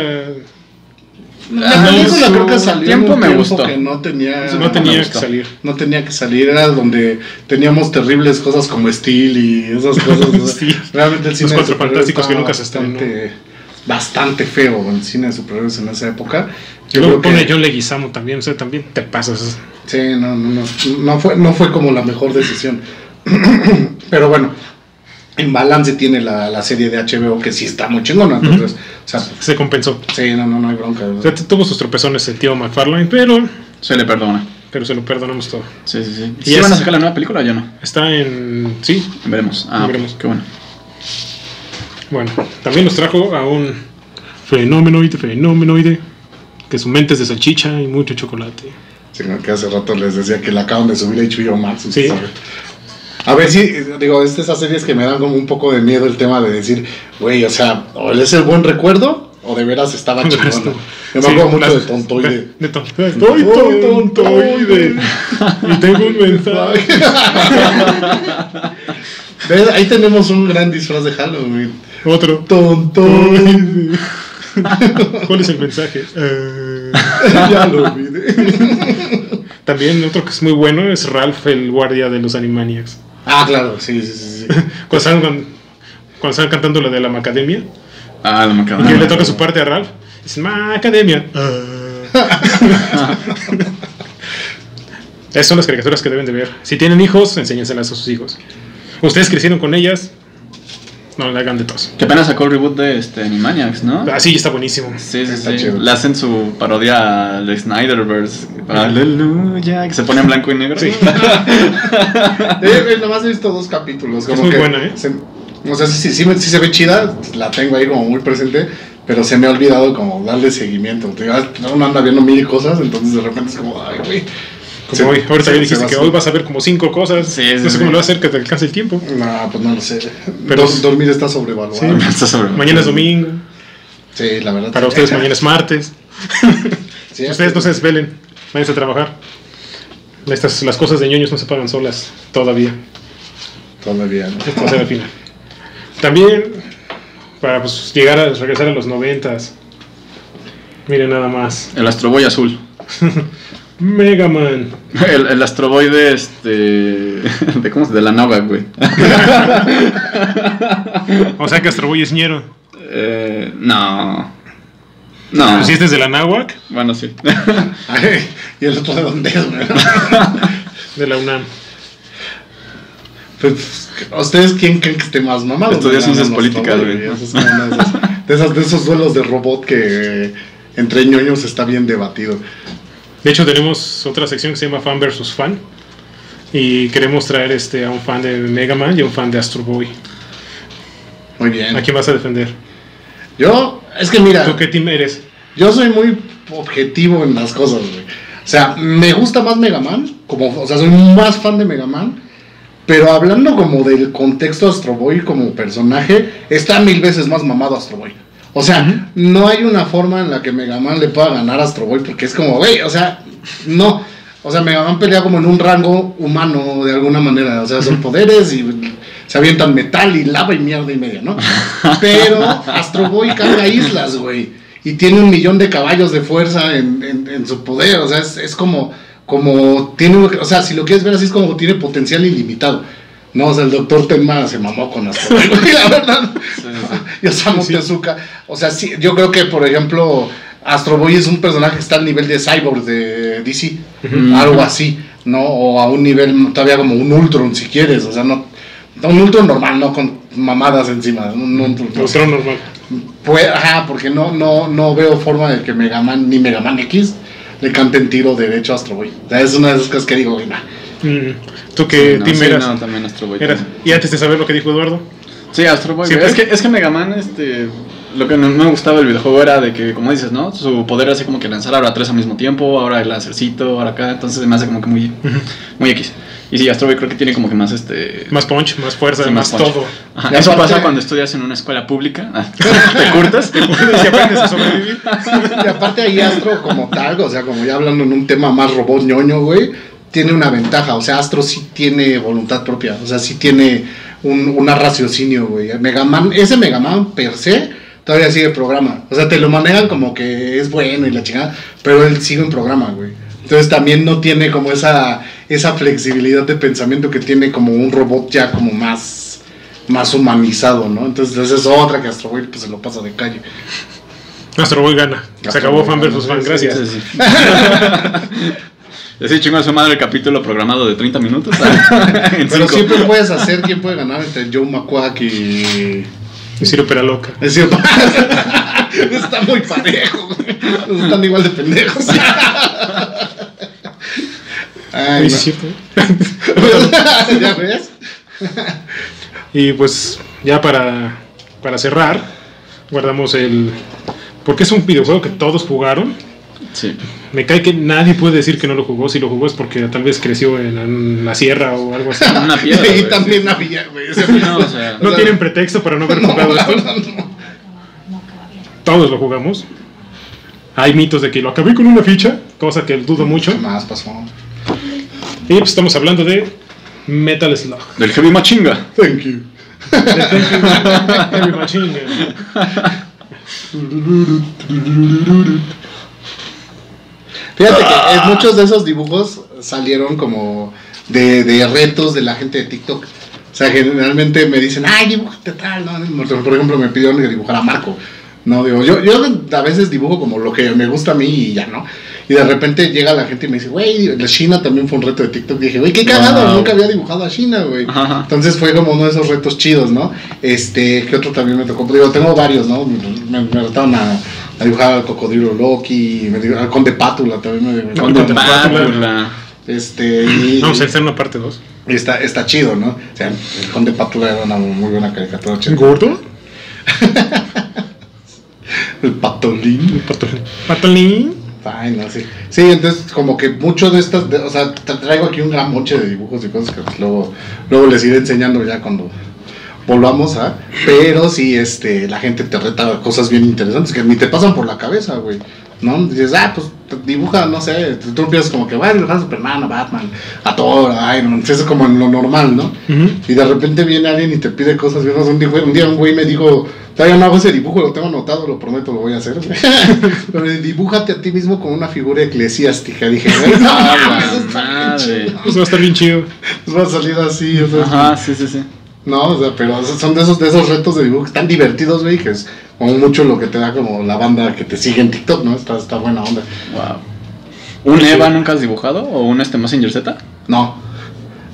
La
Ah,
película
su
creo que salió en un
tiempo me
tiempo
gustó.
que no tenía,
no tenía que
gustó.
salir.
no tenía que salir, era donde teníamos terribles cosas como Steel y esas cosas. o sea,
Sí.
Realmente el cine de
Cuatro Fantásticos
superhéroes
que
estaba
nunca se estrenó.
bastante, bastante feo el cine de superhéroes en esa época. Yo
Luego
creo
pone
que-
John Leguizamo también. O sea, también te pasas.
Sí, no, no, no, no fue, no fue como la mejor decisión. Pero bueno, en balance tiene la, la serie de HBO que sí está muy chingona. Entonces, o sea,
Se compensó.
sí, no, no, no hay bronca.
O sea, tuvo sus tropezones el tío McFarlane, pero,
Se le perdona.
pero se lo perdonamos todo.
Sí, sí, sí. ¿Y
es-
van a sacar la nueva película o ya no?
Está en. Sí,
Veremos. Ah,
Veremos.
qué bueno.
bueno. También nos trajo a un fenomenoide, fenomenoide. Que su mente es de salchicha y mucho chocolate.
sino que hace rato les decía que la acaban de subir a HBO Max.
Sí.
¿sabes? A ver si, digo, es de esas series que me dan como un poco de miedo el tema de decir, güey, o sea, o es el buen recuerdo o de veras estaba chingón. Yo me
Sí,
acuerdo mucho
las-
de Tontoide.
De tontoide. Estoy tontoide. Y tengo un mensaje.
¿Ves? Ahí tenemos un gran disfraz de Halloween.
Otro.
Tontoide.
¿Cuál es el mensaje? Eh,
ya lo olvidé.
también otro que es muy bueno es Ralph, el guardia de los Animaniacs.
Ah, claro, sí, sí, sí. sí.
Cuando están, cuando están cantando la de la Macademia,
Ah, la
y que
macabra.
le toca su parte a Ralph, dicen Macademia. Ah. Esas son las caricaturas que deben de ver. Si tienen hijos, enséñenselas a sus hijos. Ustedes crecieron con ellas, no le hagan de tos.
Que apenas sacó el reboot de este, Animaniacs, ¿no?
Ah, sí, está buenísimo.
Sí, sí,
Está
sí.
chido.
Le hacen su parodia al Snyderverse. Aleluya. Que se pone en blanco y negro.
Sí.
Eh, eh, nomás he visto dos capítulos. Como
muy
que
buena, ¿eh?
se- o sea, sí, sí, me- sí se ve chida, la tengo ahí como muy presente, pero se me ha olvidado como darle seguimiento. Te digo, ah, uno anda viendo mil cosas, entonces de repente es como, ay, güey.
Como
Se-
hoy, ahorita
se-
ya
se
dijiste
va
que
su-
hoy vas a ver como cinco cosas.
Sí, sí,
no sé
sí.
cómo lo vas a hacer que te alcance el tiempo.
No, pues no lo sé.
Pero-
Dor- dormir está sobrevaluado.
Sí.
Sí,
Está sobre-
Mañana es domingo,
la verdad.
para
sí.
ustedes mañana es martes.
Sí,
Ustedes no se desvelen, váyanse a trabajar. Estas, las cosas de ñoños no se pagan solas todavía.
Todavía, ¿no?
Esto va a ser al final. También, para pues, llegar a regresar a los noventas. Miren nada más.
El Astroboy azul.
Mega Man.
El, el Astroboy de este. De, ¿Cómo se De la nava, güey.
O sea que Astroboy es ñero.
Eh, no. No. Ah.
Pero Si este es de la Nahuac,
Bueno, sí.
Ay, y el otro de dónde es, güey?
de la UNAM.
Pues, ¿a ¿ustedes quién creen que esté más mamado?
Estudié
No,
ciencias
no, no,
políticas,
no,
güey.
eso es como una De, esas- de esas- de esos duelos de robot que eh, entre ñoños está bien debatido.
De hecho, tenemos otra sección que se llama Fan versus Fan. Y queremos traer este, a un fan de Mega Man y a un fan de Astro Boy.
Muy bien.
¿A quién vas a defender?
Yo, es que mira,
¿Tú qué team eres?
yo soy muy objetivo en las cosas, güey. O sea, me gusta más Mega Man, como, o sea, soy más fan de Mega Man, pero hablando como del contexto Astro Boy como personaje, está mil veces más mamado Astro Boy. O sea, no hay una forma en la que Mega Man le pueda ganar a Astro Boy, porque es como, güey, o sea, no. O sea, Mega Man pelea como en un rango humano de alguna manera. O sea, son poderes y se avientan metal y lava y mierda y media, ¿no? Pero Astro Boy carga islas, güey. Y tiene un millón de caballos de fuerza en, en- en su poder. O sea, es, es como, como tiene, un- o sea, si lo quieres ver así es como tiene potencial ilimitado. No, o sea, el doctor Tenma se mamó con las la verdad. Y Osamu
Sí, sí.
Tezuka. O sea, sí, yo creo que, por ejemplo, Astro Boy es un personaje que está al nivel de Cyborg de DC. Algo así, ¿no? O a un nivel todavía como un Ultron, si quieres. O sea, no. Un Ultron normal, no con mamadas encima. Un Ultron.
Otro normal.
Pues, ajá, porque no, no, no veo forma de que Mega Man ni Mega Man X le canten tiro derecho a Astro Boy. O sea, es una de esas cosas que digo, güey, nah.
Mm, Tú que
no,
team
sí,
eras?
no, también Astro Boy.
Eras-
también.
Y antes de saber lo que dijo Eduardo,
Sí, Astro Boy. güey.
Siempre.
Es que, es que Mega Man, este, lo que no me gustaba del videojuego era de que, como dices, ¿no? Su poder era así como que lanzar ahora tres al mismo tiempo, ahora el lacercito, ahora acá, entonces se me hace como que muy, muy X. Y sí, Astro Boy creo que tiene como que más este...
más punch, más fuerza,
sí,
más,
punch.
todo.
Ajá,
Y
Eso
aparte-
pasa cuando estudias en una escuela pública, Ah, te curtas.
Si aprendes a sobrevivir.
Y aparte ahí Astro como tal, o sea, como ya hablando en un tema más robot ñoño, güey, tiene una ventaja. O sea, Astro sí tiene voluntad propia. O sea, sí tiene un una raciocinio, güey. Mega Man, ese Mega Man per se todavía sigue programa. O sea, te lo manejan como que es bueno y la chingada, pero él sigue en programa, güey. Entonces también no tiene como esa, esa flexibilidad de pensamiento que tiene como un robot ya como más, más humanizado, ¿no? Entonces esa es otra que Astro Boy pues se lo pasa de calle.
Astro Boy gana. Se
Astro
acabó
Boy
fan
gana,
versus fan,
sí,
gracias.
Sí, sí. Así chingo a su madre el capítulo programado de 30 minutos. en
Pero
cinco.
siempre puedes hacer quién puede ganar entre Joe McQuack y.
Y Ciro Pera loca.
Es cierto. Está muy parejo. güey. Están igual de pendejos. Ay,
Es
no.
cierto.
¿Ya ves?
Y pues ya para, para cerrar, guardamos el... Porque es un videojuego que todos jugaron.
Sí.
Me cae que nadie puede decir que no lo jugó. Si lo jugó es porque tal vez creció en la- en la sierra o algo así.
Una piedra.
y
güey.
también había, güey. ese-
No, o sea,
No tienen pretexto para no haber jugado esto. Todos lo jugamos. Hay mitos de que lo acabé con una ficha, cosa que dudo mucho.
Más pasó.
Y pues estamos hablando de Metal Slug.
Del heavy machinga.
Thank you.
De Thank You, Heavy Machine Gun.
Fíjate que eh, muchos de esos dibujos salieron como de, de retos de la gente de TikTok. O sea, generalmente me dicen, ay, dibújate tal, ¿no? Por ejemplo, me pidieron que dibujara a Marco. No, digo, yo, yo a veces dibujo como lo que me gusta a mí y ya, ¿no? Y de repente llega la gente y me dice, güey, la China también fue un reto de TikTok. Dije, güey, qué cagado,
Wow.
nunca había dibujado a China, güey.
Ajá, ajá.
Entonces fue como uno de esos retos chidos, ¿no? Este, que otro también me tocó. Digo, tengo varios, ¿no? Me, me retaron a, a dibujar al cocodrilo Loki, me di- al conde Pátula también me, me
Con
Conde
tu pátula.
Este, y,
Vamos a hacer una parte 2.
y está, está chido, ¿no? O sea, el conde Pátula era una muy buena caricatura chida.
¿Gordo?
El patolín.
Patolín. Patolín.
Ay, no, sí. Sí, entonces como que muchos de estas, de- o sea, te traigo aquí un gran moche de dibujos y cosas que pues, luego, luego les iré enseñando ya cuando volvamos a... Pero sí, este, la gente te reta cosas bien interesantes que ni te pasan por la cabeza, güey. ¿No? Dices, ah, pues te dibuja, no sé, tú tú empiezas como que, va a dibujar a Superman, a Batman, a Thor, a Iron Man, eso es como en lo normal, ¿no? Y de repente viene alguien y te pide cosas. Yo no sé, un, dijo- un día un güey me dijo, todavía no hago ese dibujo, lo tengo anotado, lo prometo, lo voy a hacer. Pero dibújate a ti mismo con una figura eclesiástica. Dije, güey, no,
Ah,
mames,
la
eso está bien
madre.
chido.
Eso va a estar bien chido.
Va a salir así. o sea,
Ajá, sí, sí, sí.
No, o sea, pero son de esos, de esos retos de dibujo que están divertidos, güey, que es como mucho lo que te da como la banda que te sigue en TikTok, ¿no? Está, está buena onda.
Wow. ¿Un Eva nunca has dibujado? ¿O un este Messenger Z?
No,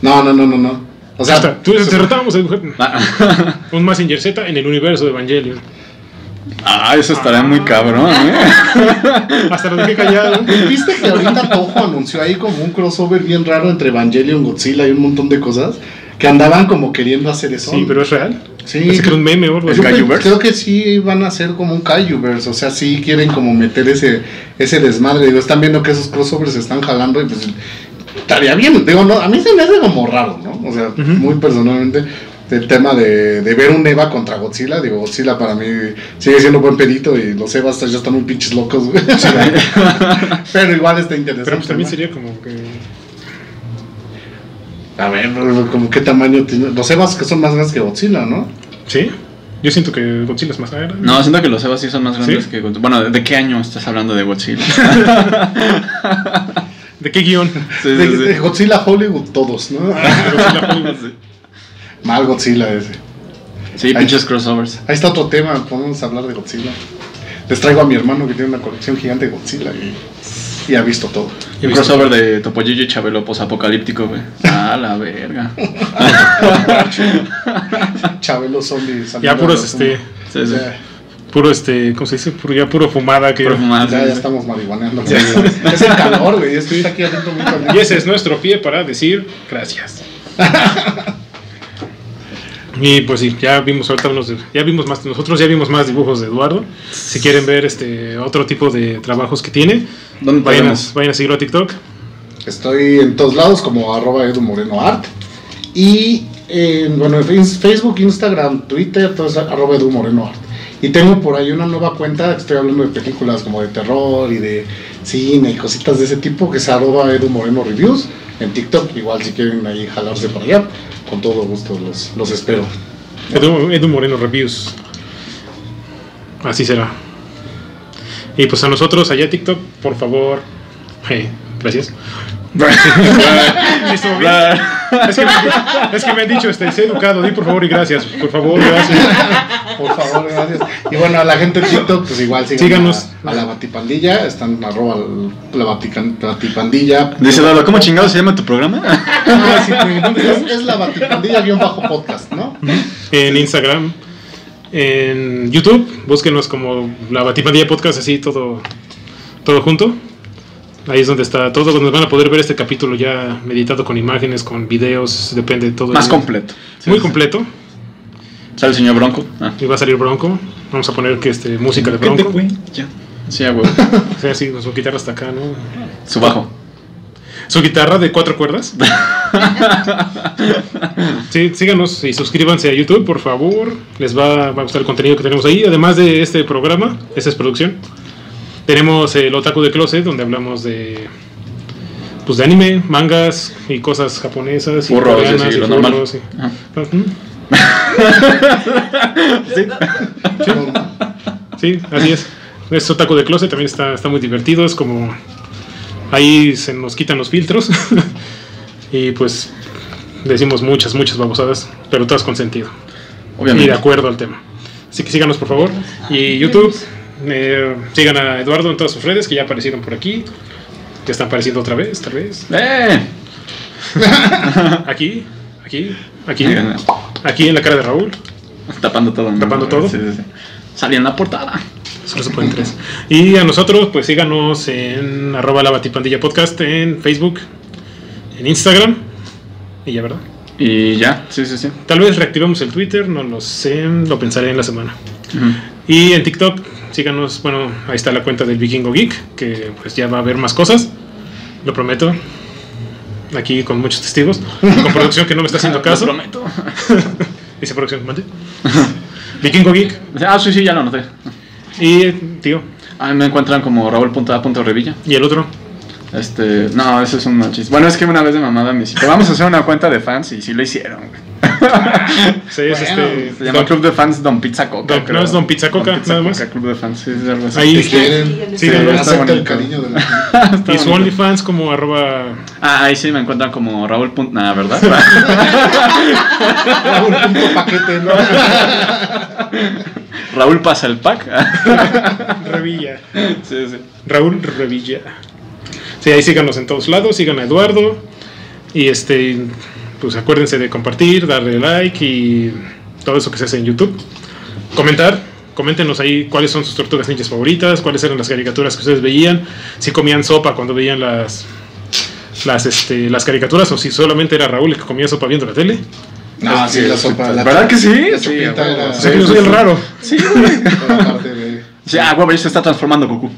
no, no, no, no. no. O sea,
Hasta, tú te retábamos a dibujar
Ah,
un Massinger Z en el universo de Evangelion.
ah, eso estaría muy cabrón, ¿eh?
Hasta lo dejé callado.
¿Viste que ahorita Toho anunció ahí como un crossover bien raro entre Evangelion, Godzilla y un montón de cosas? Que andaban como queriendo hacer eso.
Sí, pero es real.
Sí.
Pensé que era un meme o algo
Yo
así.
El
pe-
Kaiju-verse.
creo que sí van a hacer como un Kajuverse, o sea, sí quieren como meter ese, ese desmadre. Digo, están viendo que esos crossovers se están jalando y pues estaría bien. Digo, no, a mí se me hace como raro, ¿no? O sea,
Ujú.
muy personalmente, el tema de, de ver un Eva contra Godzilla. Digo, Godzilla para mí sigue siendo buen pedito y los Evas ya están muy pinches locos, güey. Pero igual está interesante.
Pero pues también
¿no?
sería como que...
A ver, como qué tamaño tiene. Los Evas que son más grandes que Godzilla, ¿no?
¿Sí? Yo siento que Godzilla es más grande.
No, siento que los Evas sí son más grandes
¿Sí?
que... Godzilla. Bueno, ¿de qué año estás hablando de Godzilla?
¿De qué guión?
Sí,
de,
sí, sí.
de Godzilla Hollywood todos, ¿no?
Ah. Godzilla Hollywood.
Sí.
Mal Godzilla ese.
Sí, pinches crossovers.
Ahí está otro tema, podemos hablar de Godzilla. Les traigo a mi hermano que tiene una colección gigante de Godzilla y, y ha visto todo.
Un crossover de Topollillo y Chabelo posapocalíptico, güey. Ah, la verga.
Chabelo zombie.
Ya
saliendo
puros,
de la tumba.
este,
Sí, sí.
Ya,
puro, este, ¿cómo se dice? Puro- ya puro fumada. Que...
Puro fumada,
ya, ya
Ah, sí, sí.
estamos marihuaneando. Es el calor, güey. Estoy aquí adentro muy caliente.
Y ese es nuestro pie para decir gracias. Y pues sí, ya vimos ahorita unos de- ya vimos más, nosotros ya vimos más dibujos de Eduardo. Si quieren ver este otro tipo de trabajos que tiene,
¿Dónde
vayan a,
podemos?
vayan a seguirlo a TikTok.
Estoy en todos lados como arroba Edu Moreno Art. Y en, bueno, en Face- Facebook, Instagram, Twitter, todo es arroba Edu Moreno Art. Y tengo por ahí una nueva cuenta, estoy hablando de películas como de terror y de cine y cositas de ese tipo, que es arroba Edu Moreno Reviews en TikTok. Igual si quieren ahí jalarse para allá, con todo gusto los, los espero.
Edu, Edu Moreno Reviews. Así será. Y pues a nosotros allá TikTok, por favor. Hey, gracias. Sí, estuvo bien. Es que, me, es que me han dicho, este, sé educado, di por favor y gracias. Por favor, gracias.
Por favor, gracias. Y bueno, a la gente de TikTok, pues igual sigan
Síganos.
A, a la Batipandilla, están arroba la Vatican- Batipandilla.
Dice Lalo, ¿cómo chingado se llama tu programa?
Ah, sí, güey. es, es la batipandilla guión bajo podcast, ¿no?
En Instagram, en YouTube, búsquenos como la Batipandilla Podcast, así todo, todo junto. Ahí es donde está todo, donde van a poder ver este capítulo ya meditado con imágenes, con videos, depende de todo.
Más
el-
completo. Sí,
Muy
sí.
completo.
Sale el señor Bronco. Ah.
Y va a salir Bronco. Vamos a poner que este, música de Bronco.
Ya. Sí, a huevo.
O sea, sí, su guitarra hasta acá, ¿no?
Su bajo.
Su guitarra de cuatro cuerdas. sí, síganos y suscríbanse a YouTube, por favor. Les va, va a gustar el contenido que tenemos ahí. Además de este programa, esta es producción. Tenemos el Otaku de Closet, donde hablamos de. Pues de anime, mangas y cosas japonesas. Y
Burro, sí,
coreanas
sí,
y
lo normal.
furros y-
Ajá.
Ujú. Sí, así es. Es Otaku de Closet, también está, está muy divertido. Es como. Ahí se nos quitan los filtros. y pues. Decimos muchas, muchas babosadas. Pero todas con sentido. Y de
Obviamente.
acuerdo al tema. Así que síganos, por favor. Y YouTube. eh, sigan a Eduardo en todas sus redes que ya aparecieron por aquí. Ya están apareciendo otra vez, tal vez.
¡Eh!
Aquí, aquí, aquí. Aquí en la cara de Raúl.
Tapando todo. ¿no?
Tapando todo.
Sí, sí, sí. Salía en la portada.
Solo se pueden tres. Y a nosotros, pues síganos en arroba la batipandilla podcast, en Facebook, en Instagram. Y ya, ¿verdad?
Y ya, sí, sí, sí.
Tal vez reactivemos el Twitter, no lo sé, lo pensaré en la semana.
Ujú.
Y en TikTok, síganos, bueno, ahí está la cuenta del Vikingo Geek, que pues ya va a haber más cosas, lo prometo. Aquí con muchos testigos, con producción que no me está haciendo
Lo
caso.
prometo.
Dice producción, mande. Vikingo Geek.
Ah, sí, sí, ya lo noté.
Y, tío,
Ah, me encuentran como Raúl.a.revilla.
y el otro.
Este, no, eso es un mal chiste. Bueno, es que una vez de mamada me hiciste. Vamos a hacer una cuenta de fans y sí lo hicieron, güey.
Se es
Bueno,
este.
Se llama Club de Fans Don Pizza Coca.
Don- no,
creo.
es Don Pizza Coca, nada más.
Club de Fans, sí, es algo así.
Ahí
Te quieren,
Sí,
sí,
está
acepta el
bonito.
cariño de la
Está
Y su
bonito.
OnlyFans como arroba...
Ah, ahí sí me encuentran como Raúl. Punt- Nah, ¿verdad?
un punto paquete, ¿no?
Raúl pasa el pack.
Revilla.
sí, sí.
Raúl Revilla. Sí, ahí síganos en todos lados, sigan a Eduardo. Y este, pues acuérdense de compartir, darle like y todo eso que se hace en YouTube. Comentar, coméntenos ahí cuáles son sus tortugas ninjas favoritas, cuáles eran las caricaturas que ustedes veían, si comían sopa cuando veían las las este, las caricaturas o si solamente era Raúl el que comía sopa viendo la tele.
No, sí, la sopa. La
¿Verdad que sí?
La
Sí,
chupita
a huevo.
era-
Sí,
Sí, yo soy el raro.
era parte de-
Ya, ah, huevo, ya se está transformando Goku.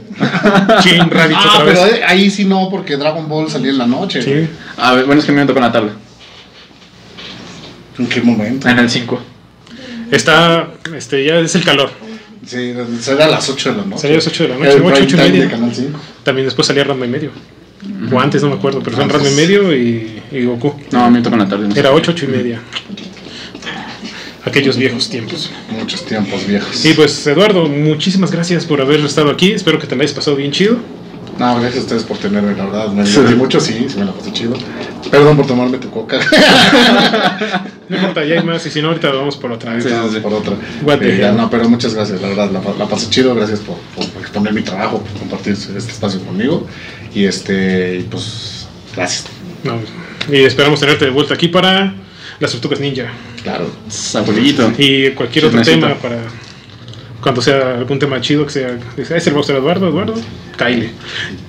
Chin, Raditz
Ah,
otra
pero
vez.
eh, ahí sí no, porque Dragon Ball salía en la noche.
Sí.
A ver, bueno, es que a mí me tocó en la tarde.
¿En qué momento?
En el 5.
Está, este, ya es el calor.
Sí, era a las 8 de la noche.
Salía a las 8 de la noche,
Era el
8, 8
prime
y
time
media.
de Canal 5.
También después salía Ranma y medio. O antes, no me acuerdo, pero son
Antes.
Ranma y medio y, y Goku.
No, a mí me tocó en la tarde. no sé.
Era 8, 8 y media. Aquellos viejos tiempos.
Muchos tiempos viejos.
Y pues, Eduardo, muchísimas gracias por haber estado aquí. Espero que te la hayas pasado bien chido.
No, gracias a ustedes por tenerme, la verdad. Me divertí mucho, sí, sí me la pasé chido. Perdón por tomarme tu coca.
No importa, ya hay más. Y si no, ahorita vamos por otra.
Sí, sí, sí, por otra.
What the
Eh, ya,
hell.
no, pero muchas gracias, la verdad, la, pa- la pasé chido, gracias por, por- por exponer mi trabajo, por compartir este espacio conmigo. Y este, y pues, gracias.
No, y esperamos tenerte de vuelta aquí para las tortugas ninja.
Claro.
Sabullito.
Y cualquier otro
Chismecito.
tema para cuando sea algún tema chido que sea. dice, "Ah, Es el Bowser Eduardo, Eduardo. Kyle.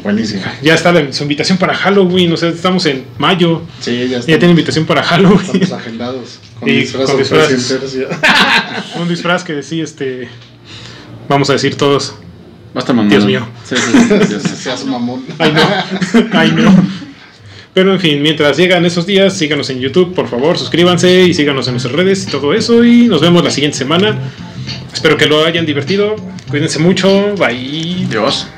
Buenísimo.
Ya está la- su invitación para Halloween. O sea, estamos en mayo.
Sí, ya está.
Ya tiene invitación para Halloween.
Estamos agendados.
Y
disfraz
con
o
disfraz.
presentes, ya.
Un disfraz que sí, este. Vamos a decir todos.
Basta, mamá.
Dios mío.
Sí, sí, sí, Dios.
Seas mamón.
Ay, no. Ay, no. Pero en fin, mientras llegan esos días, síganos en YouTube, por favor, suscríbanse y síganos en nuestras redes y todo eso. Y nos vemos la siguiente semana. Espero que lo hayan divertido. Cuídense mucho. Bye.
Dios.